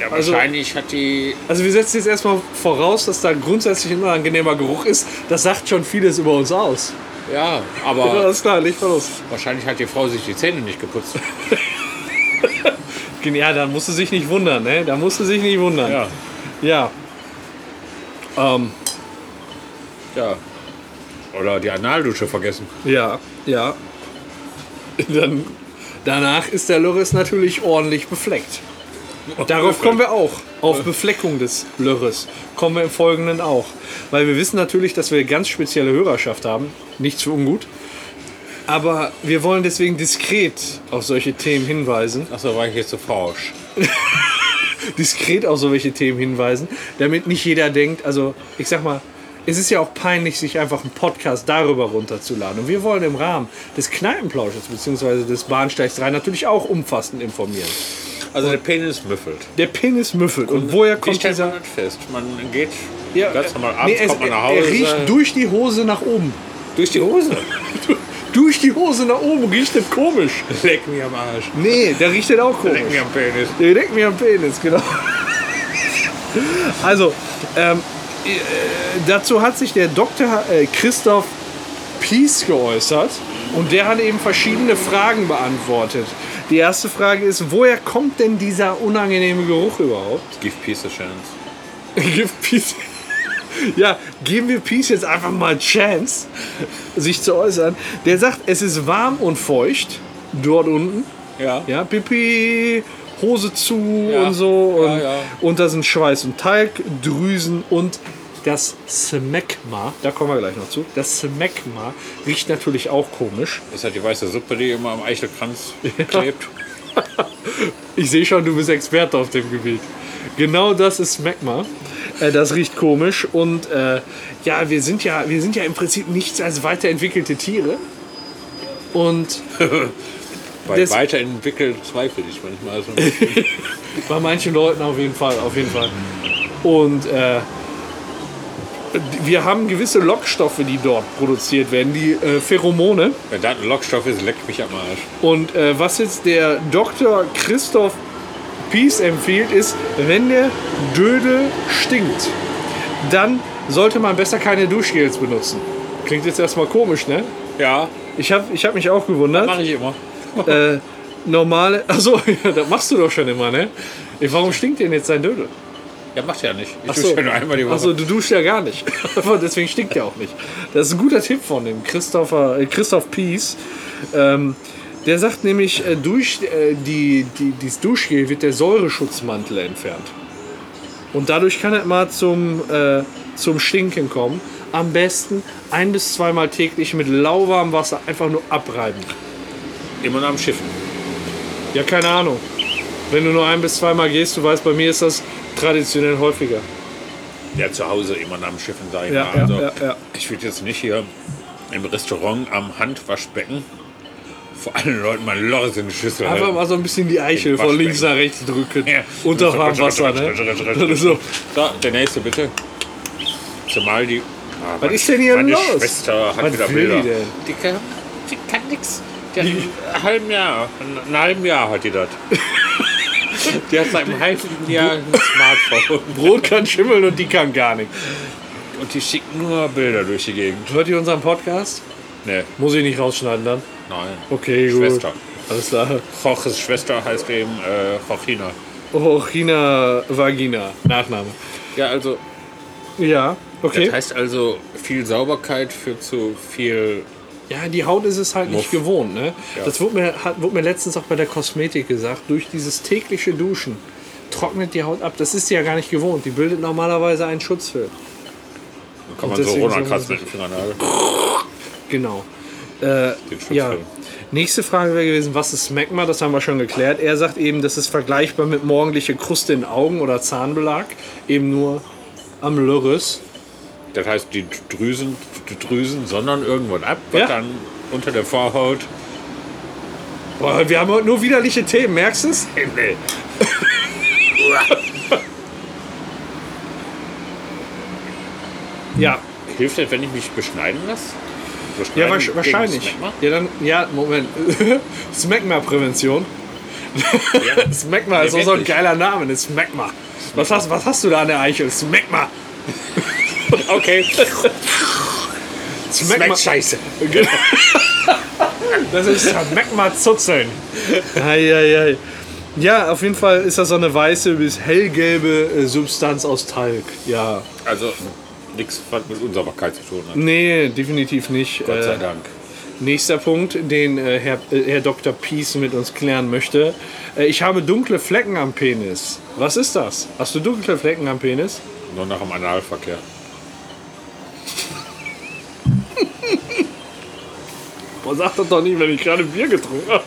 C: Ja,
A: Also-
C: wahrscheinlich hat die.
A: Also wir setzen jetzt erstmal voraus, dass da grundsätzlich ein unangenehmer Geruch ist. Das sagt schon vieles über uns aus.
C: Ja,
A: Ja,
C: aber
A: alles klar, Licht los.
C: wahrscheinlich hat die Frau sich die Zähne nicht geputzt.
A: Ja, dann musst du sich nicht wundern, ne? Da musst du sich nicht wundern.
C: Ja.
A: ja. Ähm,
C: Ja. Oder die Analdusche vergessen.
A: Ja, ja. Dann, danach ist der Lörres natürlich ordentlich befleckt. Darauf kommen wir auch. Auf Befleckung des Lörres kommen wir im Folgenden auch. Weil wir wissen natürlich, dass wir eine ganz spezielle Hörerschaft haben. Nichts für ungut. Aber wir wollen deswegen diskret auf solche Themen hinweisen.
C: Achso, war ich jetzt so forsch.
A: Diskret auf solche Themen hinweisen, damit nicht jeder denkt, also ich sag mal, es ist ja auch peinlich, sich einfach einen Podcast darüber runterzuladen. Und wir wollen im Rahmen des Kneipenplausches bzw. des Bahnsteigs 3 natürlich auch umfassend informieren.
C: Also der Penis müffelt.
A: Der Penis müffelt. Und woher
C: Wie
A: kommt
C: stellt man
A: dieser.
C: das fest? Man geht
A: Ja,
C: ganz
A: äh,
C: normal abends,
A: nee, es-
C: kommt man nach
A: Er,
C: Hause.
A: er riecht durch die Hose nach oben.
C: durch die Hose.
A: Durch die Hose nach oben riecht das komisch.
C: Leck mich am Arsch.
A: Nee, der riecht das auch
C: Leck
A: komisch.
C: mich am Penis.
A: Der leckt mir am Penis, genau. Also, ähm, äh, dazu hat sich der Dr. Äh, Christoph Pies geäußert und der hat eben verschiedene Fragen beantwortet. Die erste Frage ist, woher kommt denn dieser unangenehme Geruch überhaupt?
C: Give peace a chance.
A: Give Pies. Ja, geben wir Pies jetzt einfach mal Chance, sich zu äußern. Der sagt, es ist warm und feucht dort unten.
C: Ja.
A: Ja, Pipi, Hose zu
C: Ja.
A: und so. Und,
C: Ja, ja.
A: und da sind Schweiß- und Talgdrüsen und das Smegma, da kommen wir gleich noch zu, das Smegma riecht natürlich auch komisch.
C: Ist halt die weiße Suppe, die immer am Eichelkranz klebt.
A: Ich sehe schon, du bist Experte auf dem Gebiet. Genau das ist Smegma. Äh, Das riecht komisch und äh, ja, wir sind ja, wir sind ja im Prinzip nichts als weiterentwickelte Tiere. Und
C: Bei
A: Das-
C: weiterentwickelt zweifle ich manchmal. So.
A: Bei manchen Leuten auf jeden Fall, auf jeden Fall. Und äh, wir haben gewisse Lockstoffe, die dort produziert werden, die äh, Pheromone.
C: Wenn das ein Lockstoff ist, leck mich am Arsch.
A: Und äh, was jetzt der Dr. Christoph Peace empfiehlt, ist, wenn der Dödel stinkt, dann sollte man besser keine Duschgels benutzen. Klingt jetzt erstmal komisch, ne?
C: Ja,
A: Ich habe ich hab mich auch gewundert.
C: mache ich immer.
A: Äh, normale. Achso, ja, das machst du doch schon immer, ne? Warum stinkt denn jetzt sein Dödel?
C: Ja, macht ja nicht. Ich
A: Ach so.
C: dusche ja nur einmal die Woche.
A: Ach so, du duschst ja gar nicht. Aber Deswegen stinkt ja auch nicht. Das ist ein guter Tipp von dem Christopher, äh, Christoph Pies. Ähm, der sagt nämlich, äh, durch äh, die, die, dieses Duschgel wird der Säureschutzmantel entfernt. Und dadurch kann es mal zum, äh, zum Stinken kommen. Am besten ein bis zweimal täglich mit lauwarmem Wasser einfach nur abreiben.
C: Immer am Schiffen.
A: Ja, keine Ahnung. Wenn du nur ein bis zweimal gehst, du weißt, bei mir ist das traditionell häufiger.
C: Ja, zu Hause immer am Schiffen, sag ich
A: Ja,
C: mal.
A: ja,
C: Also,
A: ja, ja.
C: Ich würde jetzt nicht hier im Restaurant am Handwaschbecken vor allen Leuten mal ein Loch in die Schüssel
A: Einfach mal so ein bisschen die Eichel von links nach rechts drücken.
C: Äh, Ja.
A: Unter warmem Wasser, ne? Oder so.
C: So, der nächste bitte. Zumal die. Ah, meine-
A: ist denn hier
C: meine
A: los?
C: Meine Schwester hat
A: Was
C: wieder
A: will die
C: Bilder.
A: denn?
C: Die kann, die kann nix. Die hat ein halben Jahr, ein, ein halben Jahr hat die das. die hat seit einem halben Jahr ein Smartphone.
A: Brot kann schimmeln und die kann gar nichts.
C: Und die schickt nur Bilder durch die Gegend.
A: Hört ihr unseren Podcast?
C: Nee,
A: Muss ich nicht rausschneiden dann?
C: nein.
A: Okay, gut.
C: Schwester.
A: Alles klar.
C: Roches Schwester heißt eben äh, Rochina.
A: Oh, China Vagina. Nachname.
C: Ja, also,
A: Ja, okay.
C: das heißt also viel Sauberkeit führt zu viel
A: Ja, die Haut ist es halt nicht
C: Muff.
A: gewohnt. Ne?
C: Ja.
A: Das wurde mir, hat, wurde mir letztens auch bei der Kosmetik gesagt. Durch dieses tägliche Duschen trocknet die Haut ab. Das ist sie ja gar nicht gewohnt. Die bildet normalerweise einen Schutzfilm.
C: Kann
A: Und
C: man so
A: deswegen
C: runterkratzen
A: soll
C: mit dem Fingernagel.
A: Genau. Äh,
C: Den Schutzfilm.
A: ja. Nächste Frage wäre gewesen, was ist Smegma? Das haben wir schon geklärt. Er sagt eben, das ist vergleichbar mit morgendlicher Kruste in Augen oder Zahnbelag, eben nur am Lörres.
C: Das heißt, die Drüsen, die Drüsen sondern irgendwann ab, was
A: Ja.
C: dann unter der Vorhaut.
A: Boah, wir haben heute nur widerliche Themen, merkst du es?
C: Himmel.
A: Ja.
C: Hilft das, wenn ich mich beschneiden lasse? Beschneiden
A: Ja, wahrsch-
C: gegen
A: wahrscheinlich.
C: Smegma?
A: Ja, dann, ja, Moment. Smegma-Prävention.
C: Ja.
A: Smegma ist
C: Nee,
A: auch so ein
C: wirklich.
A: geiler Name, ne? Smegma. Was hast, was hast du da an der Eichel? Smegma.
C: Okay.
A: Smegma.
C: scheiße.
A: Genau. Das ist Smegma-Zuzeln. Eieiei. Ja, auf jeden Fall ist das so eine weiße bis hellgelbe äh, Substanz aus Talg. Ja.
C: Also nichts, was mit Unsauberkeit zu tun hat.
A: Nee, definitiv nicht.
C: Gott sei
A: Äh,
C: Dank.
A: Nächster Punkt, den äh, Herr, äh, Herr Dr. Peace mit uns klären möchte. Äh, ich habe dunkle Flecken am Penis. Was ist das? Hast du dunkle Flecken am Penis?
C: Nur nach dem Analverkehr.
A: Boah, sag das doch nicht, wenn ich gerade Bier getrunken habe.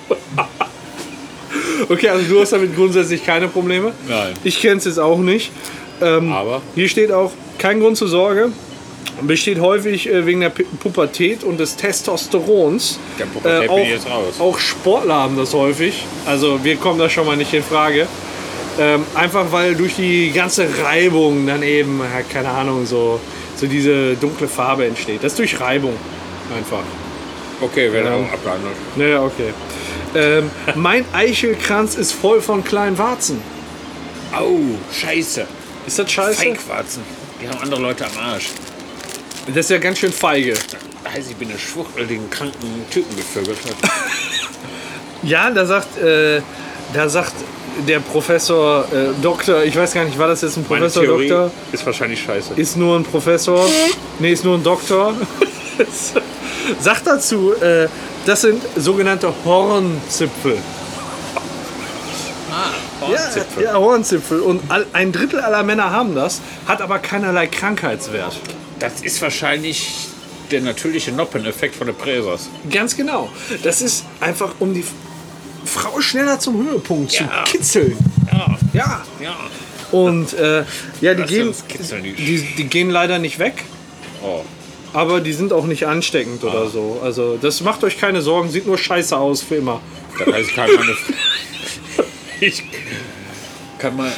A: okay, also du hast damit grundsätzlich keine Probleme?
C: Nein.
A: Ich kenne es jetzt auch nicht.
C: Aber
A: Hier steht auch, kein Grund zur Sorge. besteht häufig äh, wegen der P Pubertät und des Testosterons. Äh,
C: Der Pubertät bin ich jetzt raus.
A: auch Sportler haben das häufig. Also wir kommen da schon mal nicht in Frage. Ähm, einfach weil durch die ganze Reibung dann eben, ja, keine Ahnung, so, so diese dunkle Farbe entsteht. Das ist durch Reibung einfach.
C: Okay, werden auch abgehandelt.
A: Naja, okay. Ähm, mein Eichelkranz ist voll von kleinen Warzen.
C: Au, scheiße.
A: Ist das scheiße?
C: Feigwarzen. Die haben andere Leute am Arsch.
A: Das ist ja ganz schön feige.
C: Heißt, ich bin eine Schwuchtel, den kranken Typen gevögelt hat.
A: Ja, da sagt, äh, da sagt der Professor äh, Doktor, ich weiß gar nicht, war das jetzt ein
C: Meine
A: Professor
C: Theorie
A: Doktor?
C: ist wahrscheinlich scheiße.
A: Ist nur ein Professor. Nee, ist nur ein Doktor. sagt dazu, äh, das sind sogenannte Hornzipfel. Ja, ja, Ah, Hornzipfel. Und all, ein Drittel aller Männer haben das, hat aber keinerlei Krankheitswert.
C: Das ist wahrscheinlich der natürliche Noppen-Effekt von der Präsers.
A: Ganz genau. Das ist einfach, um die Frau schneller zum Höhepunkt
C: Ja.
A: zu kitzeln.
C: Ja,
A: Ja.
C: ja.
A: Und äh, ja, die
C: Lass
A: gehen,
C: uns kitzeln, die
A: die, die gehen leider nicht weg,
C: Oh.
A: aber die sind auch nicht ansteckend oder so. Also das macht euch keine Sorgen, sieht nur scheiße aus für immer.
C: Das heißt, ich kann meine. ich kann mal.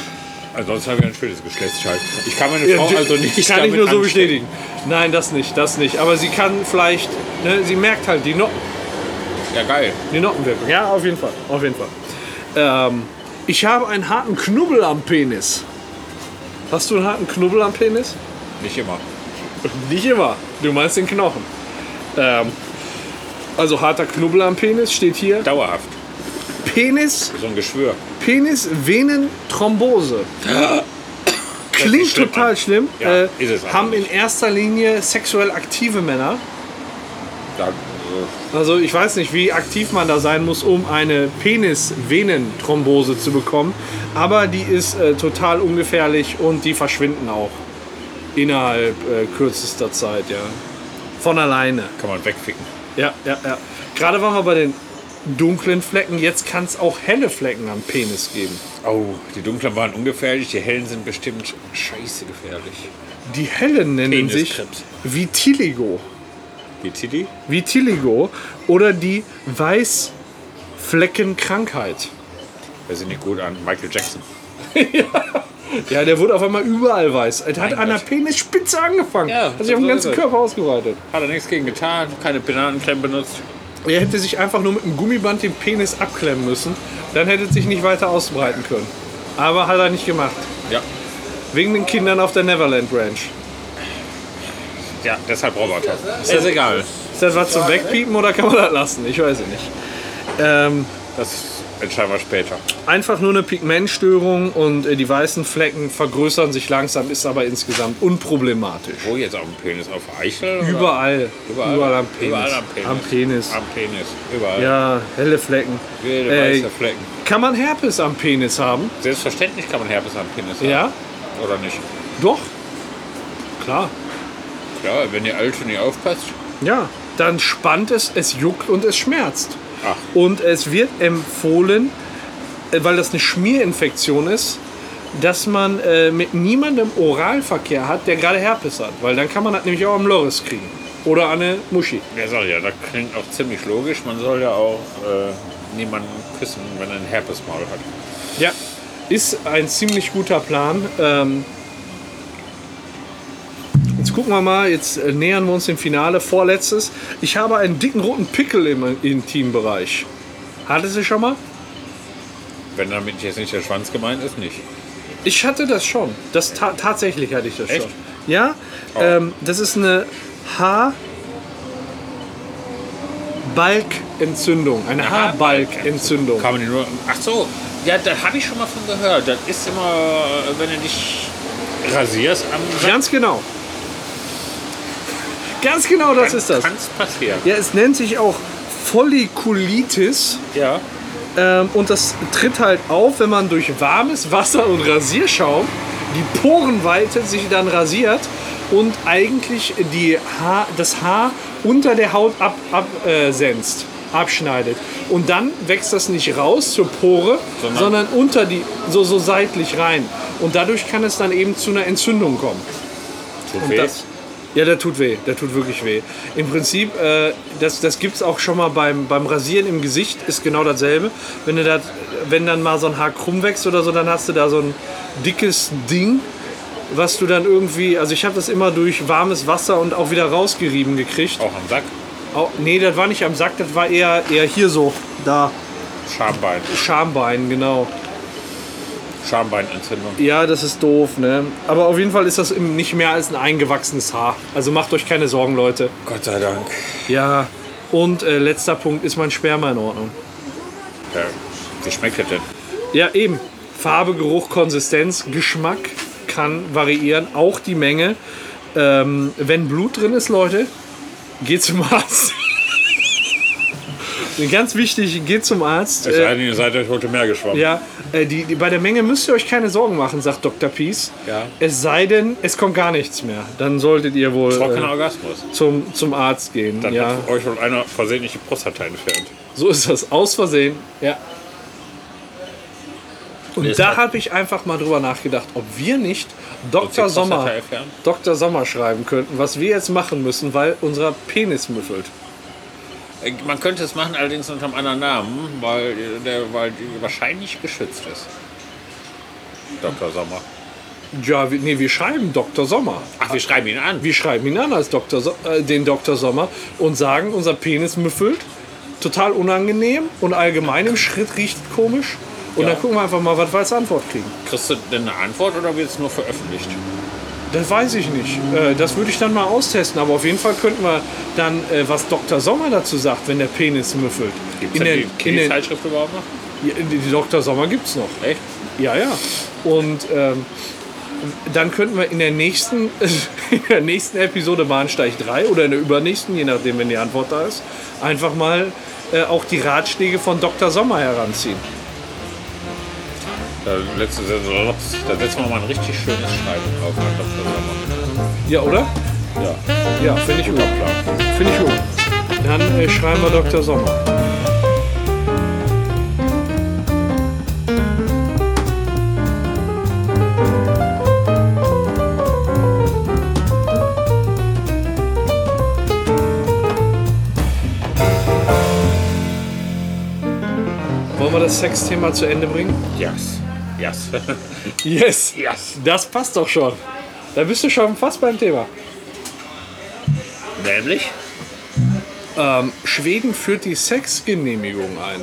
C: Ansonsten haben wir ein schönes Geschlechtsschalt. Ich kann meine Frau also nicht.
A: kann ich
C: damit
A: nur so
C: anstecken.
A: bestätigen. Nein, das nicht, das nicht. Aber sie kann vielleicht, ne, sie merkt halt die, no
C: Ja, geil.
A: die Noppenwirkung. Ja, auf jeden Fall, auf jeden Fall. Ähm, ich habe einen harten Knubbel am Penis. Hast du einen harten Knubbel am Penis?
C: Nicht immer.
A: Nicht immer. Du meinst den Knochen. Ähm, also harter Knubbel am Penis steht hier.
C: Dauerhaft.
A: Penis,
C: So ein Geschwür.
A: Penis, Venen, Thrombose. Klingt
C: schlimm
A: total
C: an.
A: schlimm.
C: Ja,
A: äh,
C: ist es aber
A: haben in erster Linie sexuell aktive Männer.
C: Da, äh,
A: Also ich weiß nicht, wie aktiv man da sein muss, um eine Penis-Venen-Thrombose zu bekommen. Aber die ist äh, total ungefährlich und die verschwinden auch innerhalb äh, kürzester Zeit, ja. Von alleine.
C: kann man wegficken.
A: Ja, ja, ja. Gerade waren wir bei den dunklen Flecken. Jetzt kann es auch helle Flecken am Penis geben.
C: Oh, die dunklen waren ungefährlich, die hellen sind bestimmt scheiße gefährlich.
A: Die hellen nennen sich
C: Peniskrebs.
A: Vitiligo.
C: Die Titi?
A: Vitiligo oder die Weißfleckenkrankheit.
C: Das sieht nicht gut an. Michael Jackson.
A: Ja, der wurde auf einmal überall weiß. Er hat an der
C: Gott.
A: Penisspitze angefangen.
C: Ja,
A: hat sich auf
C: so
A: den
C: ist
A: ganzen
C: es.
A: Körper ausgeweitet.
C: Hat er nichts gegen getan, keine Bananenklemmen benutzt.
A: Er hätte sich einfach nur mit einem Gummiband den Penis abklemmen müssen. Dann hätte es sich nicht weiter ausbreiten können. Aber hat er nicht gemacht.
C: Ja.
A: Wegen den Kindern auf der Neverland Ranch.
C: Ja, deshalb Roboter. Ist das egal.
A: Ist das was zum Wegpiepen oder kann man das lassen? Ich weiß es nicht. Ähm,
C: Das entscheiden wir später.
A: einfach nur eine Pigmentstörung und äh, die weißen Flecken vergrößern sich langsam, ist aber insgesamt unproblematisch.
C: Wo jetzt auf dem Penis? Auf der Eichel? oder?
A: Überall, überall, am Penis.
C: Überall am Penis.
A: Am Penis.
C: Am Penis. Überall.
A: Ja, helle Flecken.
C: Jede
A: Äh,
C: weiße Flecken.
A: kann man Herpes am Penis haben?
C: Selbstverständlich kann man Herpes am Penis haben.
A: Ja,
C: Oder nicht?
A: doch. Klar.
C: Klar, wenn ihr alt und nicht aufpasst.
A: Ja, dann spannt es, es juckt und es schmerzt.
C: Ach.
A: Und es wird empfohlen, äh, weil das eine Schmierinfektion ist, dass man äh, mit niemandem Oralverkehr hat, der gerade Herpes hat. Weil dann kann man das nämlich auch am Loris kriegen. Oder an eine Muschi.
C: Ja, sag ich ja, das klingt auch ziemlich logisch. Man soll ja auch äh, niemanden küssen, wenn er ein Herpesmaul hat.
A: Ja. Ist ein ziemlich guter Plan. Ähm, jetzt gucken wir mal, jetzt äh, nähern wir uns dem Finale. Vorletztes. Ich habe einen dicken roten Pickel im Intimbereich. Hattest du schon mal?
C: Wenn damit jetzt nicht der Schwanz gemeint ist, nicht.
A: Ich hatte das schon. Das ta tatsächlich hatte ich das
C: Echt?
A: schon. Ja, ähm, das ist eine Haarbalkentzündung. Eine Haarbalkentzündung.
C: Kann man die nur. Ach so, ja, das habe ich schon mal von gehört. Das ist immer, wenn du dich rasierst am Sack,
A: Ganz genau. Ganz genau das ist das.
C: kann's passieren.
A: Ja, es nennt sich auch Follikulitis
C: Ja.
A: ähm, und das tritt halt auf, wenn man durch warmes Wasser und Rasierschaum die Poren weitet, sich dann rasiert und eigentlich die Haar, das Haar unter der Haut ab, ab, äh, senzt, abschneidet. Und dann wächst das nicht raus zur Pore, sondern,
C: Sondern-
A: unter die, so, so seitlich rein. Und dadurch kann es dann eben zu einer Entzündung kommen.
C: Tut
A: Und
C: weh.
A: das, Ja, der tut weh. Der tut wirklich weh. Im Prinzip, äh, das, das gibt es auch schon mal beim, beim Rasieren im Gesicht, ist genau dasselbe. Wenn, du dat, wenn dann mal so ein Haar krumm wächst oder so, dann hast du da so ein dickes Ding, was du dann irgendwie. Also, ich habe das immer durch warmes Wasser und auch wieder rausgerieben gekriegt.
C: Auch am Sack.
A: Au- nee, das war nicht am Sack, das war eher, eher hier so. Da,
C: Schambein.
A: Schambein, genau.
C: Schambeinentzündung.
A: Ja, das ist doof, ne? Aber auf jeden Fall ist das im- nicht mehr als ein eingewachsenes Haar. Also macht euch keine Sorgen, Leute.
C: Gott sei Dank.
A: Ja. Und äh, letzter Punkt, ist mein Sperma in Ordnung?
C: Ja. Wie schmeckt das denn?
A: Ja, eben. Farbe, Geruch, Konsistenz, Geschmack kann variieren, auch die Menge. Ähm, wenn Blut drin ist, Leute, geht zum Arzt. Ganz wichtig, geht zum Arzt.
C: Es
A: Äh,
C: sei denn, ihr seid euch heute mehr geschwommen.
A: Ja, äh, die, die, bei der Menge müsst ihr euch keine Sorgen machen, sagt Dr. Peace.
C: Ja.
A: Es sei denn, es kommt gar nichts mehr. Dann solltet ihr wohl
C: Trockener
A: äh,
C: Orgasmus.
A: zum, zum Arzt gehen.
C: Dann
A: ja,
C: hat euch wohl einer versehentlich die Prostata entfernt.
A: so ist das. Aus Versehen. Ja. Und
C: Ist
A: da
C: halt-
A: habe ich einfach mal drüber nachgedacht, ob wir nicht Dr.
C: Ob sie
A: Sommer,
C: Prostata entfernen?
A: Dr. Sommer schreiben könnten, was wir jetzt machen müssen, weil unser Penis müffelt.
C: Äh, Man könnte es machen, allerdings unter einem anderen Namen, weil äh, der weil die wahrscheinlich geschützt ist. Dr. Sommer.
A: Ja, wir, nee, wir schreiben Dr. Sommer.
C: Ach, wir schreiben ihn an.
A: Wir schreiben ihn an als Dr. So äh, den Dr. Sommer und sagen, unser Penis müffelt. Total unangenehm und allgemein im Schritt riecht komisch. Und
C: Ja.
A: dann gucken wir einfach mal, was wir als Antwort kriegen.
C: Kriegst du denn eine Antwort oder wird es nur veröffentlicht?
A: Das weiß ich nicht. Äh, das würde ich dann mal austesten. Aber auf jeden Fall könnten wir dann, äh, was Dr. Sommer dazu sagt, wenn der Penis müffelt.
C: Gibt
A: In den,
C: es
A: in
C: die
A: den,
C: Zeitschrift überhaupt noch?
A: ja, die die Dr. Sommer gibt es noch.
C: Echt?
A: Ja, ja. Und ähm, dann könnten wir in der nächsten, in der nächsten Episode Bahnsteig 3 oder in der übernächsten, je nachdem, wenn die Antwort da ist, einfach mal äh, auch die Ratschläge von Dr. Sommer heranziehen.
C: Da, letzte, da setzen wir mal ein richtig schönes Schreiben auf an Dr. Sommer.
A: Ja, oder?
C: Ja,
A: Ja, finde ich gut.
C: guter Plan.
A: Finde ich gut. Dann äh, schreiben wir Dr. Sommer. Wollen wir das Sexthema zu Ende bringen?
C: Yes. Yes.
A: Yes!
C: yes.
A: Das passt doch schon. Da bist du schon fast beim Thema.
C: Nämlich?
A: Schweden führt die Sexgenehmigung ein.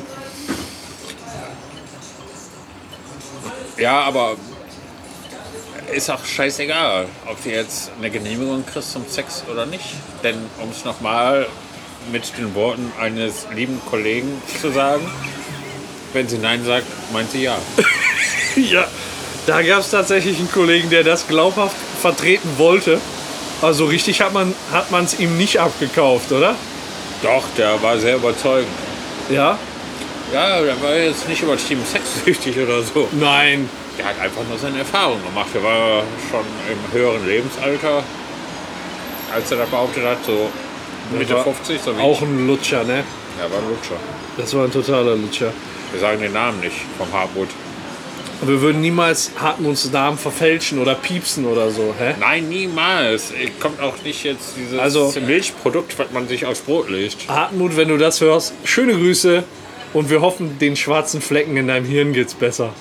C: Ja, aber ist auch scheißegal, ob du jetzt eine Genehmigung kriegst zum Sex oder nicht. Denn um es nochmal mit den Worten eines lieben Kollegen zu sagen, wenn sie Nein sagt, meint sie ja.
A: Ja, da gab es tatsächlich einen Kollegen, der das glaubhaft vertreten wollte. Also richtig hat man hat man es ihm nicht abgekauft, oder?
C: Doch, der war sehr überzeugend.
A: Ja?
C: Ja, der war jetzt nicht übertrieben sexsüchtig oder so.
A: Nein.
C: Der hat einfach nur seine Erfahrung gemacht. Der war schon im höheren Lebensalter, als er das behauptet hat, so Mitte
A: war
C: 50, so wie
A: Auch ein Lutscher, ne?
C: ich. Er war ein Lutscher.
A: Das war ein totaler Lutscher.
C: Wir sagen den Namen nicht vom Hartmut.
A: Wir würden niemals Hartmuts Namen verfälschen oder piepsen oder so, hä?
C: Nein, niemals. Äh, Kommt auch nicht jetzt dieses
A: Also-
C: Milchprodukt, was man sich aufs Brot legt.
A: Hartmut, wenn du das hörst, schöne Grüße und wir hoffen, den schwarzen Flecken in deinem Hirn geht's besser.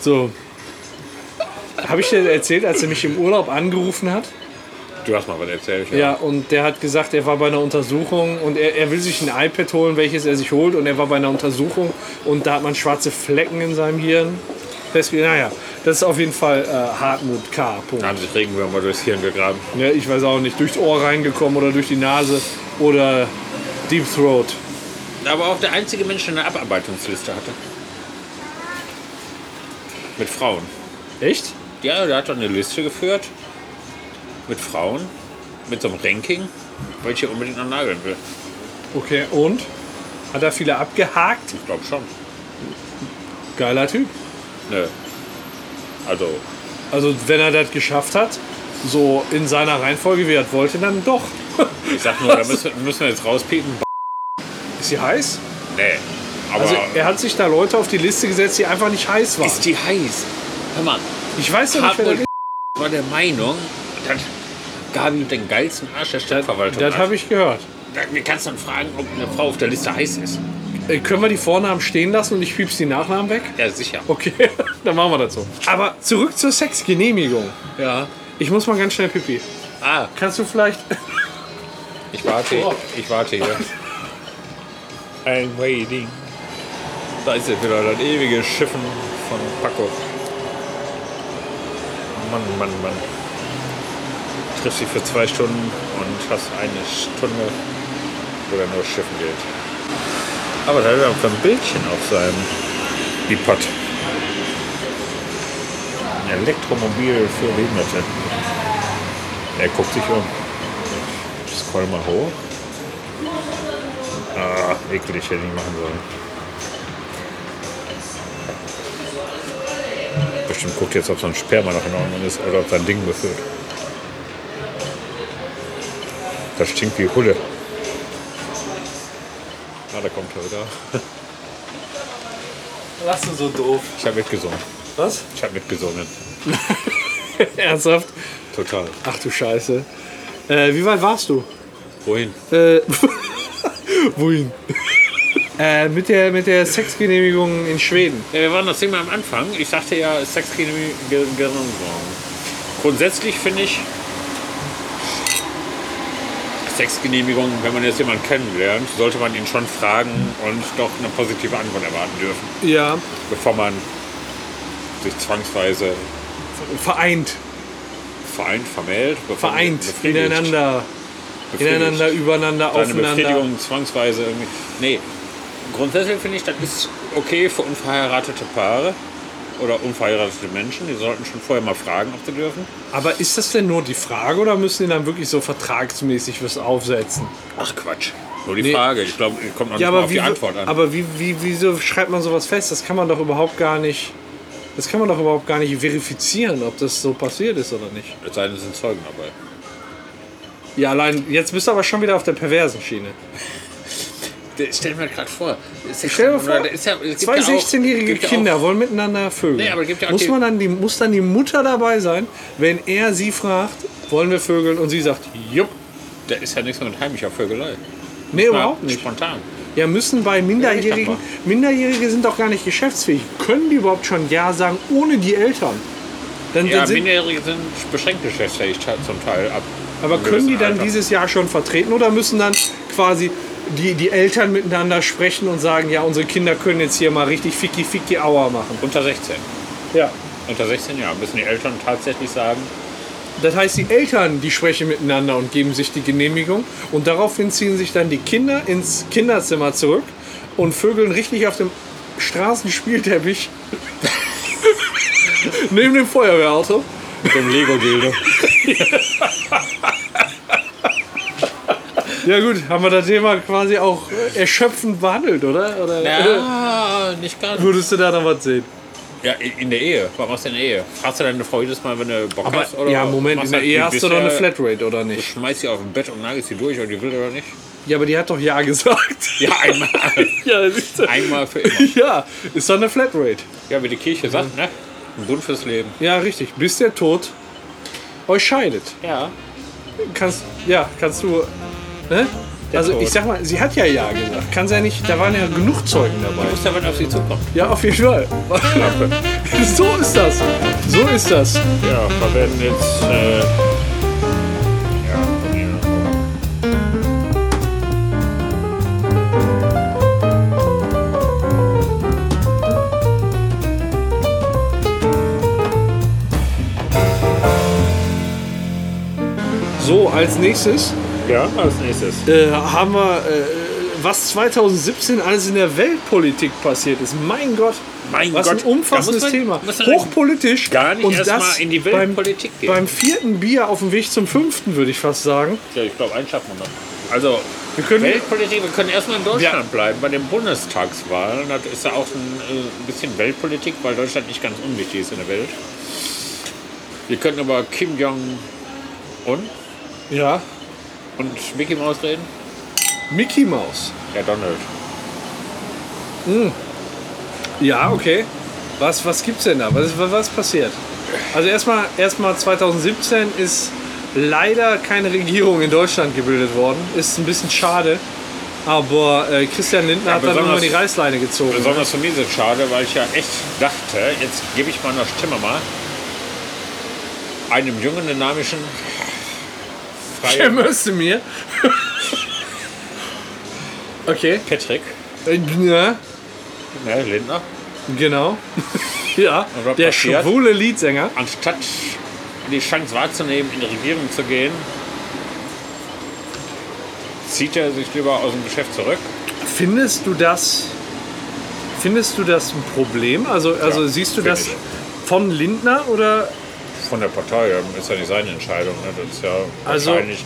A: So. Habe ich dir erzählt, als er mich im Urlaub angerufen hat?
C: Du hast mal was erzählt.
A: Ja, und der hat gesagt, er war bei einer Untersuchung und er, er will sich ein iPad holen, welches er sich holt. Und er war bei einer Untersuchung und da hat man schwarze Flecken in seinem Hirn. Festge- Naja, das ist auf jeden Fall äh, Hartmut K. Punkt.
C: Da haben sich Regenwürmer durchs Hirn gegraben.
A: Ja, ich weiß auch nicht, durchs Ohr reingekommen oder durch die Nase oder Deep Throat.
C: Aber auch der einzige Mensch, der eine Abarbeitungsliste hatte. Mit Frauen.
A: Echt?
C: Ja, der hat doch eine Liste geführt. Mit Frauen. Mit so einem Ranking, welche unbedingt noch nageln will.
A: Okay, und? Hat er viele abgehakt?
C: Ich glaube schon.
A: Geiler Typ.
C: Nö. Also,
A: Also, wenn er das geschafft hat, so in seiner Reihenfolge, wie er das wollte, dann doch.
C: ich sag nur, da
A: Also-
C: müssen, müssen wir jetzt rauspiepen.
A: Ist sie heiß?
C: Nee. Aber
A: Also er hat sich da Leute auf die Liste gesetzt, die einfach nicht heiß waren.
C: ist die heiß? Hör mal,
A: Ich weiß ja nicht, wer das
C: Hartmut
A: ist.
C: war der Meinung, dass Gabi mit dem geilsten Arsch der Stadtverwaltung
A: Das habe ich gehört.
C: Wir kannst dann fragen, ob eine Frau auf der Liste heiß ist.
A: Äh, können wir die Vornamen stehen lassen und ich piepst die Nachnamen weg?
C: Ja, sicher.
A: Okay, dann machen wir das so. Aber zurück zur Sexgenehmigung.
C: Ja.
A: Ich muss mal ganz schnell pipi.
C: Ah,
A: Kannst du vielleicht.
C: ich warte. Ich warte hier. I'm waiting. Da ist ja wieder das ewige Schiffen von Paco. Mann, Mann, Mann. Triffst dich für zwei Stunden und hast eine Stunde, wo dann nur Schiffen geht. Aber da hat er auch so ein Bildchen auf seinem iPod. Ein Elektromobil für Behinderte. Er guckt sich um. Scroll mal hoch. Ah, eklig, hätte ich nicht machen sollen. Bestimmt guckt jetzt, ob sein Sperma noch in Ordnung ist oder ob sein Ding befüllt. Das stinkt wie Hulle. Ah, da kommt er wieder.
D: Lass du so doof.
C: Ich habe mitgesungen.
D: Was?
C: Ich habe mitgesungen.
A: Ernsthaft?
C: Total.
A: Ach du Scheiße. Äh, wie weit warst du?
C: Wohin?
A: Äh, wohin? äh, mit der, mit der Sexgenehmigung in Schweden.
C: Ja, wir waren das Thema am Anfang. Ich sagte ja Sexgenehmigung. Grundsätzlich finde ich Sexgenehmigung, wenn man jetzt jemanden kennenlernt, sollte man ihn schon fragen und doch eine positive Antwort erwarten dürfen,
A: Ja.
C: bevor man sich zwangsweise
A: Vereint.
C: vereint, vermählt, bevor man
A: Vereint.
C: befriedigt,
A: ineinander.
C: befriedigt.
A: Ineinander, übereinander,
C: Deine
A: aufeinander.
C: Befriedigung zwangsweise irgendwie. Nee, grundsätzlich finde ich, das ist okay für unverheiratete Paare oder unverheiratete Menschen. Die sollten schon vorher mal fragen, ob sie dürfen.
A: Aber ist das denn nur die Frage oder müssen die dann wirklich so vertragsmäßig was aufsetzen?
C: Ach Quatsch. Nur die Frage. Ich glaube, es kommt noch nicht
A: Ja,
C: mal
A: aber,
C: auf
A: wie,
C: die Antwort an.
A: aber wie, wie, wieso schreibt man sowas fest? Das kann man doch überhaupt gar nicht. Das kann man doch überhaupt gar nicht verifizieren, ob das so passiert ist oder nicht.
C: Es sei denn, es sind Zeugen dabei.
A: Ja, allein, jetzt bist du aber schon wieder auf der perversen Schiene.
C: Stell mir halt gerade vor.
A: Stell dir vor, zwei 16-jährige Kinder wollen miteinander vögeln.
C: Nee, aber gibt ja auch
A: muss,
C: die-
A: man dann die, muss dann die Mutter dabei sein, wenn er sie fragt, wollen wir vögeln? Und sie sagt, jupp.
C: Da ist ja nichts mit heimischer Vögelei.
A: Nee, überhaupt nicht.
C: Spontan.
A: Ja, müssen bei
C: Ja,
A: Minderjährigen.
C: nicht
A: Minderjährige sind doch gar nicht geschäftsfähig. Können die überhaupt schon Ja sagen ohne die Eltern? Dann,
C: Ja,
A: dann sind,
C: Minderjährige sind beschränkt geschäftsfähig zum Teil ab.
A: aber
C: einem
A: können die
C: gewissen
A: dann
C: Alter.
A: dieses Jahr schon vertreten oder müssen dann quasi die, die Eltern miteinander sprechen und sagen, ja, unsere Kinder können jetzt hier mal richtig ficky ficky Auer machen?
C: Unter 16.
A: Ja.
C: Unter 16 Jahren müssen die Eltern tatsächlich sagen,
A: Das heißt, die Eltern, die sprechen miteinander und geben sich die Genehmigung und daraufhin ziehen sich dann die Kinder ins Kinderzimmer zurück und vögeln richtig auf dem Straßenspielteppich neben dem Feuerwehrauto.
C: mit dem Lego-Dildo.
A: Ja gut, haben wir das Thema quasi auch äh, erschöpfend behandelt, oder? oder
C: ja, äh, nicht ganz.
A: Würdest du da noch was sehen?
C: Ja, in in der Ehe. Warum machst du in der Ehe? Fragst du deine Frau jedes Mal, wenn du Bock hast? Oder
A: ja, Moment, in
C: machst
A: der
C: halt wie
A: Ehe hast du doch eine
C: bisher-
A: Flatrate, oder nicht?
C: Schmeißt sie auf dem Bett und nagelst sie durch, ob die will oder nicht?
A: Ja, aber die hat doch Ja gesagt.
C: Ja, einmal.
A: ja, siehst du.
C: einmal für immer.
A: ja, ist doch eine Flatrate.
C: Ja, wie die Kirche sagt, ne? Ein Bund fürs Leben.
A: Ja, richtig. Bis der Tod euch scheidet.
C: Ja.
A: Kannst, ja, kannst du. Ne? Also
C: Tod.
A: ich sag mal, sie hat ja Ja gesagt. Kann sein nicht, da waren ja genug Zeugen dabei.
C: Du musst ja, wenn auf sie zukommt.
A: Ja, auf jeden Fall. so ist das. So ist das.
C: Ja, wir werden jetzt. Äh, ja, von hier.
A: So, als nächstes
C: ja, als nächstes.
A: äh, haben wir, äh, was 2017 alles in der Weltpolitik passiert ist. Mein Gott.
C: Mein
A: was
C: Gott,
A: ein umfassendes
C: da muss man-
A: Thema.
C: muss man
A: Hochpolitisch.
C: gar nicht
A: und
C: erst
A: das
C: mal in die Weltpolitik
A: beim,
C: gehen.
A: Beim vierten Bier auf dem Weg zum fünften, würde ich fast sagen.
C: Ja, ich glaube, einen schaffen wir noch. Also,
A: Wir können-
C: Weltpolitik, wir können erstmal in Deutschland bleiben. Bei den Bundestagswahlen das ist ja auch ein äh, bisschen Weltpolitik, weil Deutschland nicht ganz unwichtig ist in der Welt. Wir können über Kim Jong-un
A: Ja.
C: und Mickey Mouse reden.
A: Mickey Mouse.
C: Ja, Donald.
A: Ja, okay. Was, was gibt's denn da? Was, was passiert? Also erstmal erstmal 2017 ist leider keine Regierung in Deutschland gebildet worden. Ist ein bisschen schade. Aber äh, Christian Lindner hat dann
C: besonders-
A: irgendwann die Reißleine gezogen.
C: Besonders für mich ist es schade, weil ich ja echt dachte, jetzt gebe ich meiner Stimme mal einem jungen, dynamischen,
A: Der
C: freien
A: müsste mir. okay.
C: Patrick
A: Äh, Ja,
C: ne, Lindner,
A: genau. ja,
C: Und was
A: der
C: passiert?
A: schwule Leadsänger.
C: anstatt die Chance wahrzunehmen, in die Regierung zu gehen, zieht er sich lieber aus dem Geschäft zurück.
A: Findest du das? Findest du das ein Problem? Also, also
C: Ja,
A: siehst du
C: find
A: das von Lindner oder?
C: Von der Partei ähm, ist ja nicht seine Entscheidung. Ne? Das ist ja
A: Also-
C: wahrscheinlich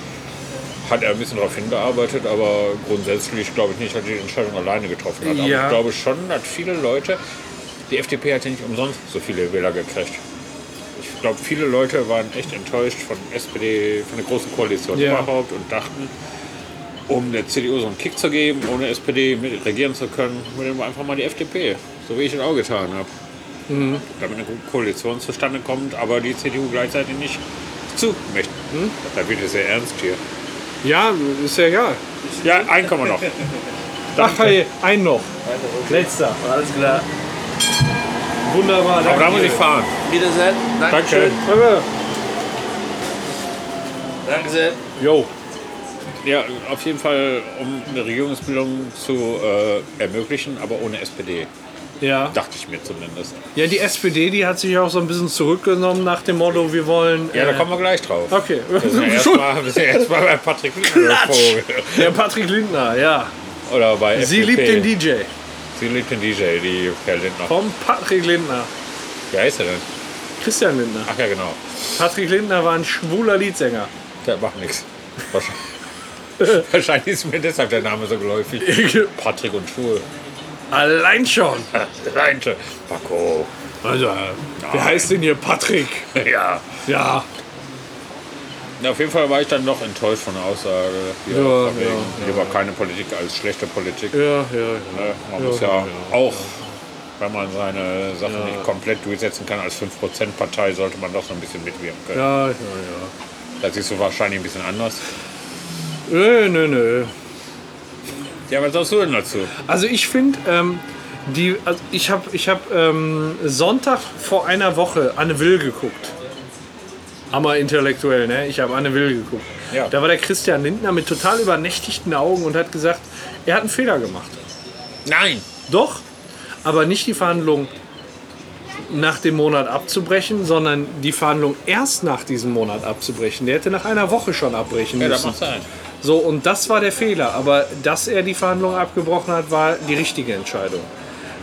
C: hat er ein bisschen darauf hingearbeitet, aber grundsätzlich glaube ich nicht, dass er die Entscheidung alleine getroffen hat. Aber
A: Ja.
C: ich glaube schon, dass viele Leute, die FDP hat ja nicht umsonst so viele Wähler gekriegt. Ich glaube, viele Leute waren echt enttäuscht von SPD, von der großen Koalition
A: Ja.
C: überhaupt und dachten, um der CDU so einen Kick zu geben, ohne SPD mit regieren zu können, nehmen wir einfach mal die FDP, so wie ich es auch getan habe. Damit eine gute Koalition zustande kommt, aber die CDU gleichzeitig nicht zu möchten. Da wird es sehr ernst hier.
A: Ja, ist ja egal.
C: Ja, einen kommen wir noch.
A: Ach hey, ein noch. Letzter.
D: Alles klar.
A: Wunderbar.
C: Aber da muss
A: danke.
C: ich fahren.
D: Wiedersehen.
C: Danke.
D: Dankeschön.
A: Danke.
D: Danke sehr.
A: Jo.
C: Ja, auf jeden Fall, um eine Regierungsbildung zu äh, ermöglichen, aber ohne SPD.
A: Ja.
C: Dachte ich mir zumindest.
A: ja, die SPD, die hat sich auch so ein bisschen zurückgenommen nach dem Motto, wir wollen...
C: Ja, da
A: äh,
C: kommen wir gleich drauf.
A: Okay.
C: Wir sind ja erstmal erst mal bei Patrick Vogel.
A: Der Patrick Lindner, ja.
C: Oder bei
A: Sie liebt
C: FDP.
A: den DJ.
C: Sie liebt den DJ, die Herr Lindner.
A: Vom Patrick Lindner.
C: Wie heißt er denn?
A: Christian Lindner.
C: Ach ja, genau.
A: Patrick Lindner war ein schwuler Liedsänger.
C: Der macht nichts. Wahrscheinlich- Wahrscheinlich ist mir deshalb der Name so geläufig. Patrick und Schul.
A: Allein schon.
C: Reinte. Paco.
A: Also, wer heißt denn hier Patrick?
C: Ja.
A: Ja.
C: Na, auf jeden Fall war ich dann doch enttäuscht von der Aussage. hier
A: Ja,
C: von wegen,
A: ja,
C: Lieber keine Politik als schlechte Politik.
A: Ja, ja, ja.
C: Ne? Man muss ja, auch, wenn man seine Sachen nicht komplett durchsetzen kann, als 5%-Partei sollte man doch so ein bisschen mitwirken können.
A: Ja, ja, ja.
C: Das ist so wahrscheinlich ein bisschen anders.
A: Nö, Äh, nö, nö.
C: Ja, was sagst du denn dazu?
A: Also ich finde, ähm, die, also ich habe ich hab, ähm, Sonntag vor einer Woche Anne Will geguckt. Hammer intellektuell, ne? Ich habe Anne Will geguckt.
C: Ja.
A: Da war der Christian Lindner mit total übernächtigten Augen und hat gesagt, er hat einen Fehler gemacht.
C: Nein!
A: Doch, aber nicht die Verhandlung nach dem Monat abzubrechen, sondern die Verhandlung erst nach diesem Monat abzubrechen. Der hätte nach einer Woche schon abbrechen
C: Ja, das
A: müssen.
C: macht sein.
A: So, und das war der Fehler. Aber dass er die Verhandlung abgebrochen hat, war die richtige Entscheidung.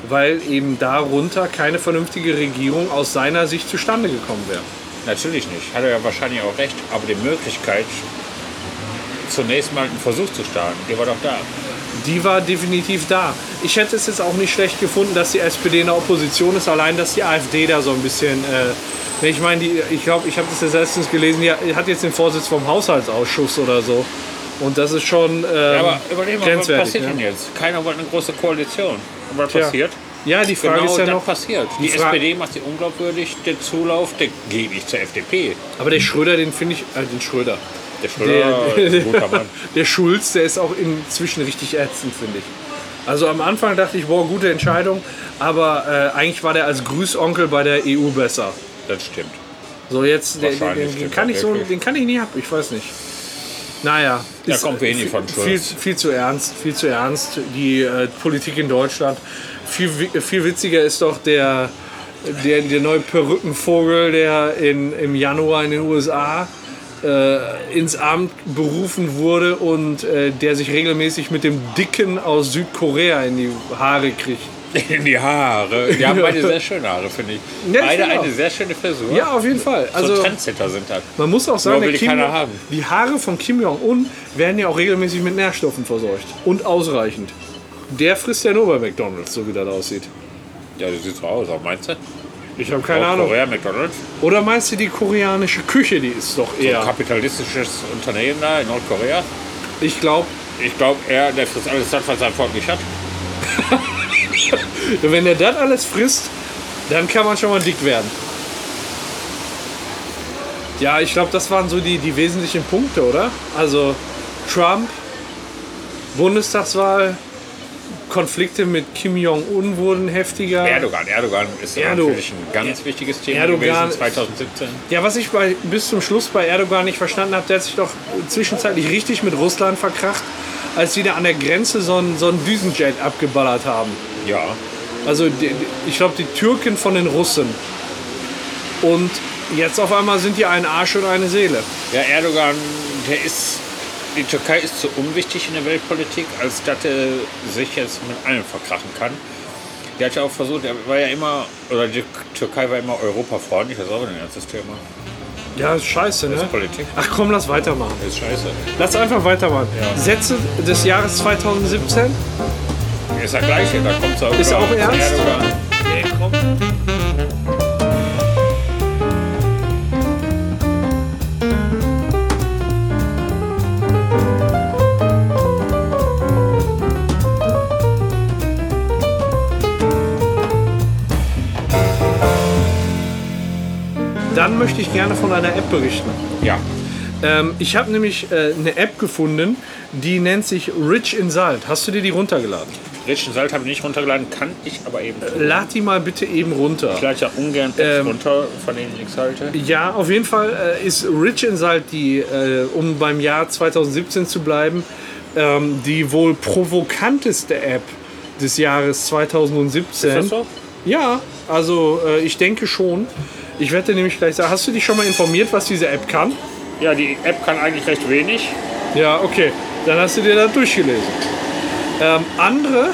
A: Weil eben darunter keine vernünftige Regierung aus seiner Sicht zustande gekommen wäre.
C: Natürlich nicht. Hat er ja wahrscheinlich auch recht. Aber die Möglichkeit, zunächst mal einen Versuch zu starten, die war doch da.
A: Die war definitiv da. Ich hätte es jetzt auch nicht schlecht gefunden, dass die SPD in der Opposition ist, allein dass die AfD da so ein bisschen. Äh, ne, ich meine, die- ich glaube, ich habe das jetzt letztens gelesen, die hat jetzt den Vorsitz vom Haushaltsausschuss oder so. Und das ist schon. Ähm,
C: Ja, aber überleg mal, was
A: grenzwertig,
C: passiert
A: ne?
C: denn jetzt? Keiner wollte eine große Koalition. Und was
A: Tja.
C: passiert?
A: Ja, die Frage
C: Genau
A: ist ja
C: das
A: noch.
C: passiert. Die
A: Fra-
C: SPD macht sie unglaubwürdig, der Zulauf, der geht nicht zur FDP.
A: Aber der Schröder, den finde ich. Äh, den Schröder.
C: Der
A: Der,
C: Schröder ist ein guter Mann.
A: der Schulz, der ist auch inzwischen richtig ätzend, finde ich. Also am Anfang dachte ich, boah, gute Entscheidung, aber äh, eigentlich war der als Grüßonkel bei der EU besser.
C: Das stimmt.
A: So jetzt, der, den,
C: Wahrscheinlich
A: den, den
C: stimmt
A: kann
C: das
A: ich so,
C: wirklich.
A: den kann ich nie ab, ich weiß nicht. Naja,
C: Da kommt wenig
A: viel-
C: von Schulz.
A: Viel, viel zu ernst, viel zu ernst. Die äh, Politik in Deutschland. Viel, wi- viel witziger ist doch der, der, der neue Perückenvogel, der in, im Januar in den USA äh, ins Amt berufen wurde und äh, der sich regelmäßig mit dem Dicken aus Südkorea in die Haare kriegt.
C: In die Haare. Die haben beide sehr schöne Haare, finde ich.
A: Ja, ich
C: beide
A: finde
C: eine
A: auch.
C: sehr schöne Frisur.
A: Ja, auf jeden Fall. Also,
C: so Trendsetter sind das.
A: Man muss auch sagen,
C: Nur will
A: der
C: die
A: Kim,
C: keiner haben.
A: die Haare von Kim Jong-un werden ja auch regelmäßig mit Nährstoffen versorgt. Und ausreichend. Der frisst ja nur bei McDonalds, so wie das aussieht.
C: Ja, das sieht so aus, auch meinst du?
A: Ich habe keine
C: Auch
A: Ahnung.
C: Korea, McDonalds.
A: Oder meinst du die koreanische Küche, die ist doch
C: So ein
A: eher.
C: kapitalistisches Unternehmen da in Nordkorea.
A: Ich glaube,
C: Ich glaube, er, der frisst alles das, was sein Volk nicht hat.
A: wenn er das alles frisst, dann kann man schon mal dick werden. Ja, ich glaube, das waren so die, die wesentlichen Punkte, oder? Also Trump, Bundestagswahl, Konflikte mit Kim Jong-un wurden heftiger.
C: Erdogan, Erdogan ist
A: Erdo-
C: natürlich ein ganz wichtiges Thema
A: Erdogan-
C: gewesen 2017.
A: Ja, was ich bei, bis zum Schluss bei Erdogan nicht verstanden habe, der hat sich doch zwischenzeitlich richtig mit Russland verkracht, als die da an der Grenze so einen, so einen Düsenjet abgeballert haben.
C: Ja,
A: Also die, die- ich glaube, die Türken von den Russen. Und jetzt auf einmal sind die ein Arsch und eine Seele.
C: Ja, Erdogan, der ist. Die Türkei ist zu unwichtig in der Weltpolitik, als dass er sich jetzt mit allem verkrachen kann. Der hat ja auch versucht, er war ja immer, oder die Türkei war immer europafreundlich, das ist auch ein ganzes Thema.
A: Ja, ist scheiße,
C: Das
A: ne?
C: ist Politik.
A: Ach komm, lass weitermachen.
C: Das ist scheiße.
A: Lass einfach weitermachen. Sätze des Jahres 2017.
C: Ist ja gleich, da kommt auch.
A: Ist
C: wieder
A: auch ernst?
C: Erdogan.
A: Nee, komm. Dann möchte ich gerne von einer App berichten.
C: Ja.
A: Ähm, ich habe nämlich äh, eine App gefunden, die nennt sich Rich in Salt. Hast du dir die runtergeladen?
C: Rich und Salt habe ich nicht runtergeladen, kann ich aber eben.
A: Lad die mal bitte eben runter.
C: Ich lade ja ungern Apps
A: Ähm.
C: runter, von denen ich nichts halte.
A: Ja, auf jeden Fall äh, ist Rich in Salt die, äh, um beim Jahr 2017 zu bleiben, ähm, die wohl provokanteste App des Jahres 2017.
C: Ist das so?
A: Ja, also äh, ich denke schon. Ich werde dir nämlich gleich sagen, hast du dich schon mal informiert, was diese App kann?
C: Ja, die App kann eigentlich recht wenig.
A: Ja, okay. Dann hast du dir das durchgelesen. Ähm, andere,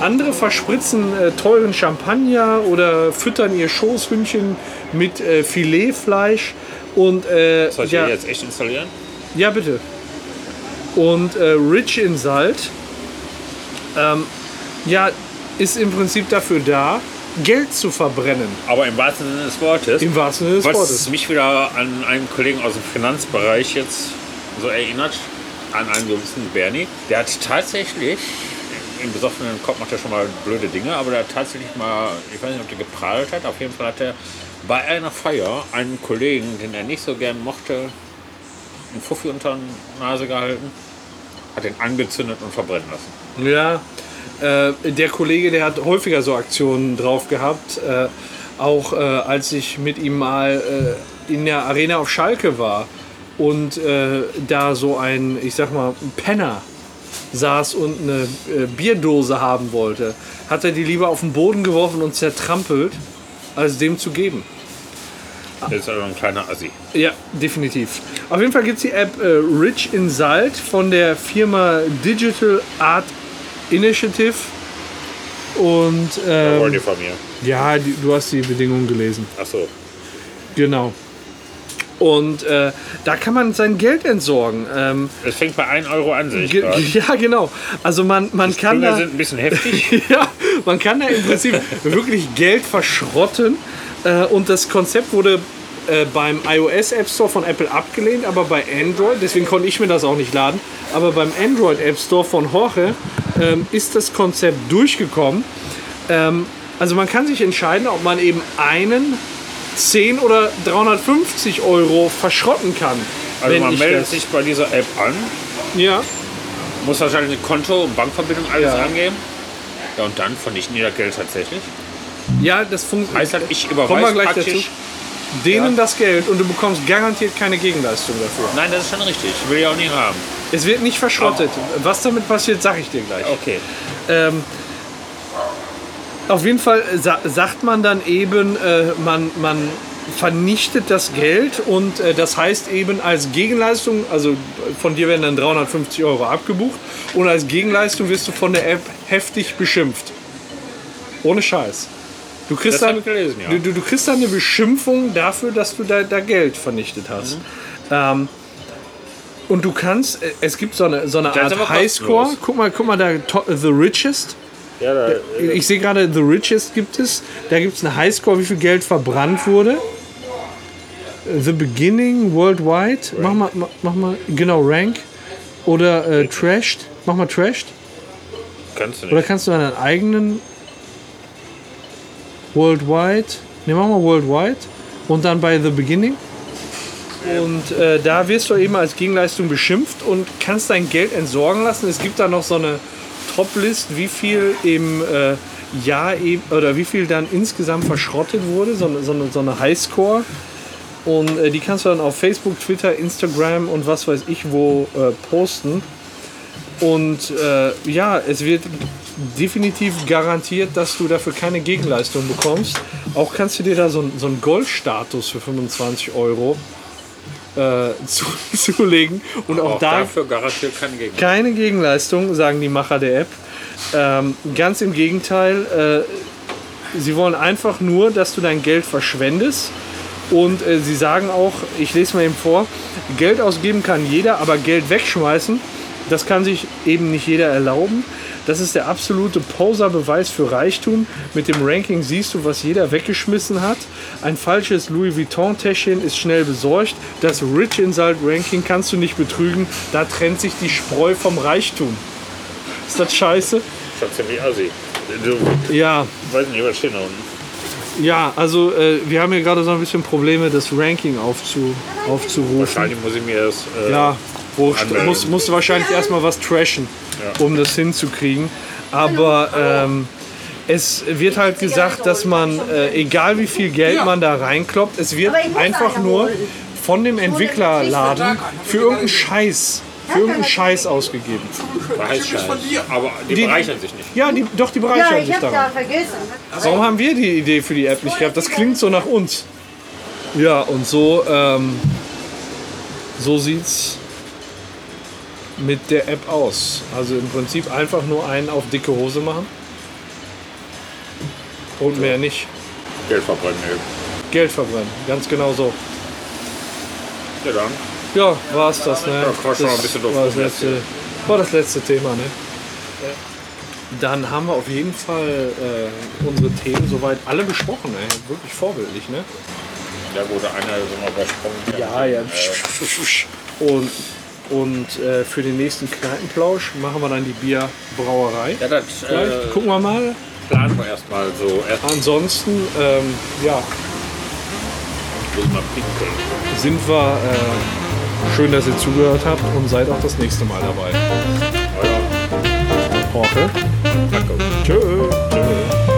A: andere verspritzen äh, teuren Champagner oder füttern ihr Schoßhündchen mit äh, Filetfleisch und äh,
C: Soll ich
A: ja,
C: die jetzt echt installieren?
A: ja bitte. Und äh, Rich in Salt, ähm, ja, ist im Prinzip dafür da, Geld zu verbrennen.
C: Aber im wahrsten Sinne des Wortes.
A: Im wahrsten Sinne des
C: Was
A: Wortes.
C: mich wieder an einen Kollegen aus dem Finanzbereich jetzt so erinnert, an einen gewissen Bernie, der hat tatsächlich, im besoffenen Kopf macht er schon mal blöde Dinge, aber der hat tatsächlich mal, ich weiß nicht, ob der geprahlt hat, auf jeden Fall hat er bei einer Feier einen Kollegen, den er nicht so gern mochte, einen Fuffi unter die Nase gehalten, hat ihn angezündet und verbrennen lassen.
A: Ja, äh, der Kollege, der hat häufiger so Aktionen drauf gehabt. Äh, auch äh, als ich mit ihm mal äh, in der Arena auf Schalke war und äh, da so ein, ich sag mal, ein Penner saß und eine äh, Bierdose haben wollte, hat er die lieber auf den Boden geworfen und zertrampelt, als dem zu geben.
C: Das ist also ein kleiner Assi.
A: Ja, definitiv. Auf jeden Fall gibt es die App äh, Rich in Salt von der Firma Digital Art Initiative. Und
C: Wollt
A: ähm,
C: ihr von mir?
A: ja, die, du hast die Bedingungen gelesen.
C: Achso.
A: Genau. Und äh, da kann man sein Geld entsorgen. Ähm,
C: Es fängt bei 1 Euro an, sehe ich
A: ge-
C: gerade.
A: ja, genau. Also man, man
C: Die
A: kann
C: Dinger
A: da,
C: sind ein bisschen heftig.
A: ja, man kann da im Prinzip wirklich Geld verschrotten. Äh, und das Konzept wurde äh, beim iOS App Store von Apple abgelehnt, aber bei Android, deswegen konnte ich mir das auch nicht laden, aber beim Android App Store von Jorge ähm, ist das Konzept durchgekommen. Ähm, also man kann sich entscheiden, ob man eben einen 10 oder 350 Euro verschrotten kann.
C: Also
A: wenn
C: man
A: ich
C: meldet
A: das-
C: sich bei dieser App an,
A: Ja,
C: muss wahrscheinlich eine Konto- und Bankverbindung alles
A: Ja.
C: angeben. Ja, und dann vernichten die das Geld tatsächlich.
A: ja das funktioniert.
C: Heißt halt, ich
A: Kommen wir
C: überweise
A: gleich dazu.
C: praktisch.
A: Denen das Geld und du bekommst garantiert keine Gegenleistung dafür.
C: Nein, das ist schon richtig. Will ich auch nie haben.
A: Es wird nicht verschrottet. Was damit passiert, sage ich dir gleich.
C: Okay.
A: Ähm, auf jeden Fall äh, sa sagt man dann eben, äh, man, man vernichtet das Geld und äh, das heißt eben als Gegenleistung, also von dir werden dann 350 Euro abgebucht und als Gegenleistung wirst du von der App heftig beschimpft. Ohne Scheiß. Du kriegst,
C: Das hab
A: dann,
C: ich gelesen, ja.
A: du, du, du kriegst dann eine Beschimpfung dafür, dass du da, da Geld vernichtet hast. Ähm, und du kannst, äh, es gibt so eine, so eine
C: Das ist aber
A: Art Highscore.
C: kostenlos.
A: Guck mal, guck mal da, to- äh, The Richest. Äh,
C: Ja, da,
A: Ich sehe gerade, The Richest gibt es. Da gibt es eine Highscore, wie viel Geld verbrannt wurde. Äh, The Beginning, Worldwide. Mach mal, ma- mach mal, genau, Rank. Oder äh, Trashed. Mach mal Trashed.
C: kannst du nicht.
A: Oder kannst du einen eigenen Worldwide. Ne, mach mal Worldwide. Und dann bei The Beginning. Und äh, da wirst du eben als Gegenleistung beschimpft und kannst dein Geld entsorgen lassen. Es gibt da noch so eine Top-List, wie viel im äh, Jahr eben, oder wie viel dann insgesamt verschrottet wurde, so, eine- so, eine- so eine Highscore. Und äh, die kannst du dann auf Facebook, Twitter, Instagram und was weiß ich wo äh, posten. Und äh, ja, es wird definitiv garantiert, dass du dafür keine Gegenleistung bekommst. Auch kannst du dir da so, einen- so einen Goldstatus für 25 Euro äh, zu, zulegen. Und auch,
C: Auch
A: da
C: dafür garantiert kein Gegner.
A: keine Gegenleistung, sagen die Macher der App. Ähm, ganz im Gegenteil, äh, sie wollen einfach nur, dass du dein Geld verschwendest. Und äh, sie sagen auch, ich lese mal eben vor, Geld ausgeben kann jeder, aber Geld wegschmeißen, das kann sich eben nicht jeder erlauben. Das ist der absolute Poser-Beweis für Reichtum. Mit dem Ranking siehst du, was jeder weggeschmissen hat. Ein falsches Louis Vuitton-Täschchen ist schnell besorgt. Das Rich Insult Ranking kannst du nicht betrügen. Da trennt sich die Spreu vom Reichtum. Ist das scheiße?
C: Das ist ziemlich assi. Du,
A: Ja,
C: weiß nicht, was steht da unten?
A: ja, also äh, wir haben hier gerade so ein bisschen Probleme, das Ranking aufzu, aufzurufen.
C: Wahrscheinlich muss ich mir das. Äh,
A: Ja, wo
C: Anmelden.
A: musst, musst du wahrscheinlich erstmal was trashen, um das hinzukriegen. Aber ähm, es wird halt gesagt, dass man, äh, egal wie viel Geld man da reinkloppt, es wird
E: Aber ich muss also,
A: einfach
E: eine
A: nur
E: holen.
A: von dem Entwicklerladen für irgendeinen Scheiß, für irgendeinen Scheiß ausgegeben.
C: Weiß scheiße. Aber die,
A: Die-
C: bereichern sich nicht.
A: Ja, die, doch, die
E: Ja,
A: bereichern
E: ich
A: sich halt
E: hab da
A: daran.
E: vergessen.
A: Warum haben wir die Idee für die App nicht gehabt? Das klingt so nach uns. Ja, und so, ähm, so sieht's mit der App aus. Also im Prinzip einfach nur einen auf dicke Hose machen. Und mehr nicht.
C: Geld verbrennen eben.
A: Geld verbrennen. Ganz genau so.
C: Ja, dann.
A: Ja, war's das, ne?
C: Ja, quatsch mal ein bisschen drauf
A: war das,
C: rum jetzt
A: letzte, war das letzte Thema, ne? Dann haben wir auf jeden Fall äh, unsere Themen soweit alle besprochen, ey. Wirklich vorbildlich, ne?
C: Da wurde einer so mal übersprungen.
A: Ja, ja.
C: Äh,
A: Und, und äh, für den nächsten Kneipenplausch machen wir dann die Bierbrauerei.
C: ja, das
A: Vielleicht
C: äh,
A: gucken wir mal.
C: planen wir erstmal so. Erst
A: Ansonsten ähm, ja,
C: muss mal pinkeln.
A: sind wir äh, schön, dass ihr zugehört habt und seid auch das nächste Mal dabei.
C: Euer
A: Horke.
C: Paco.
A: Tschö. Tschö.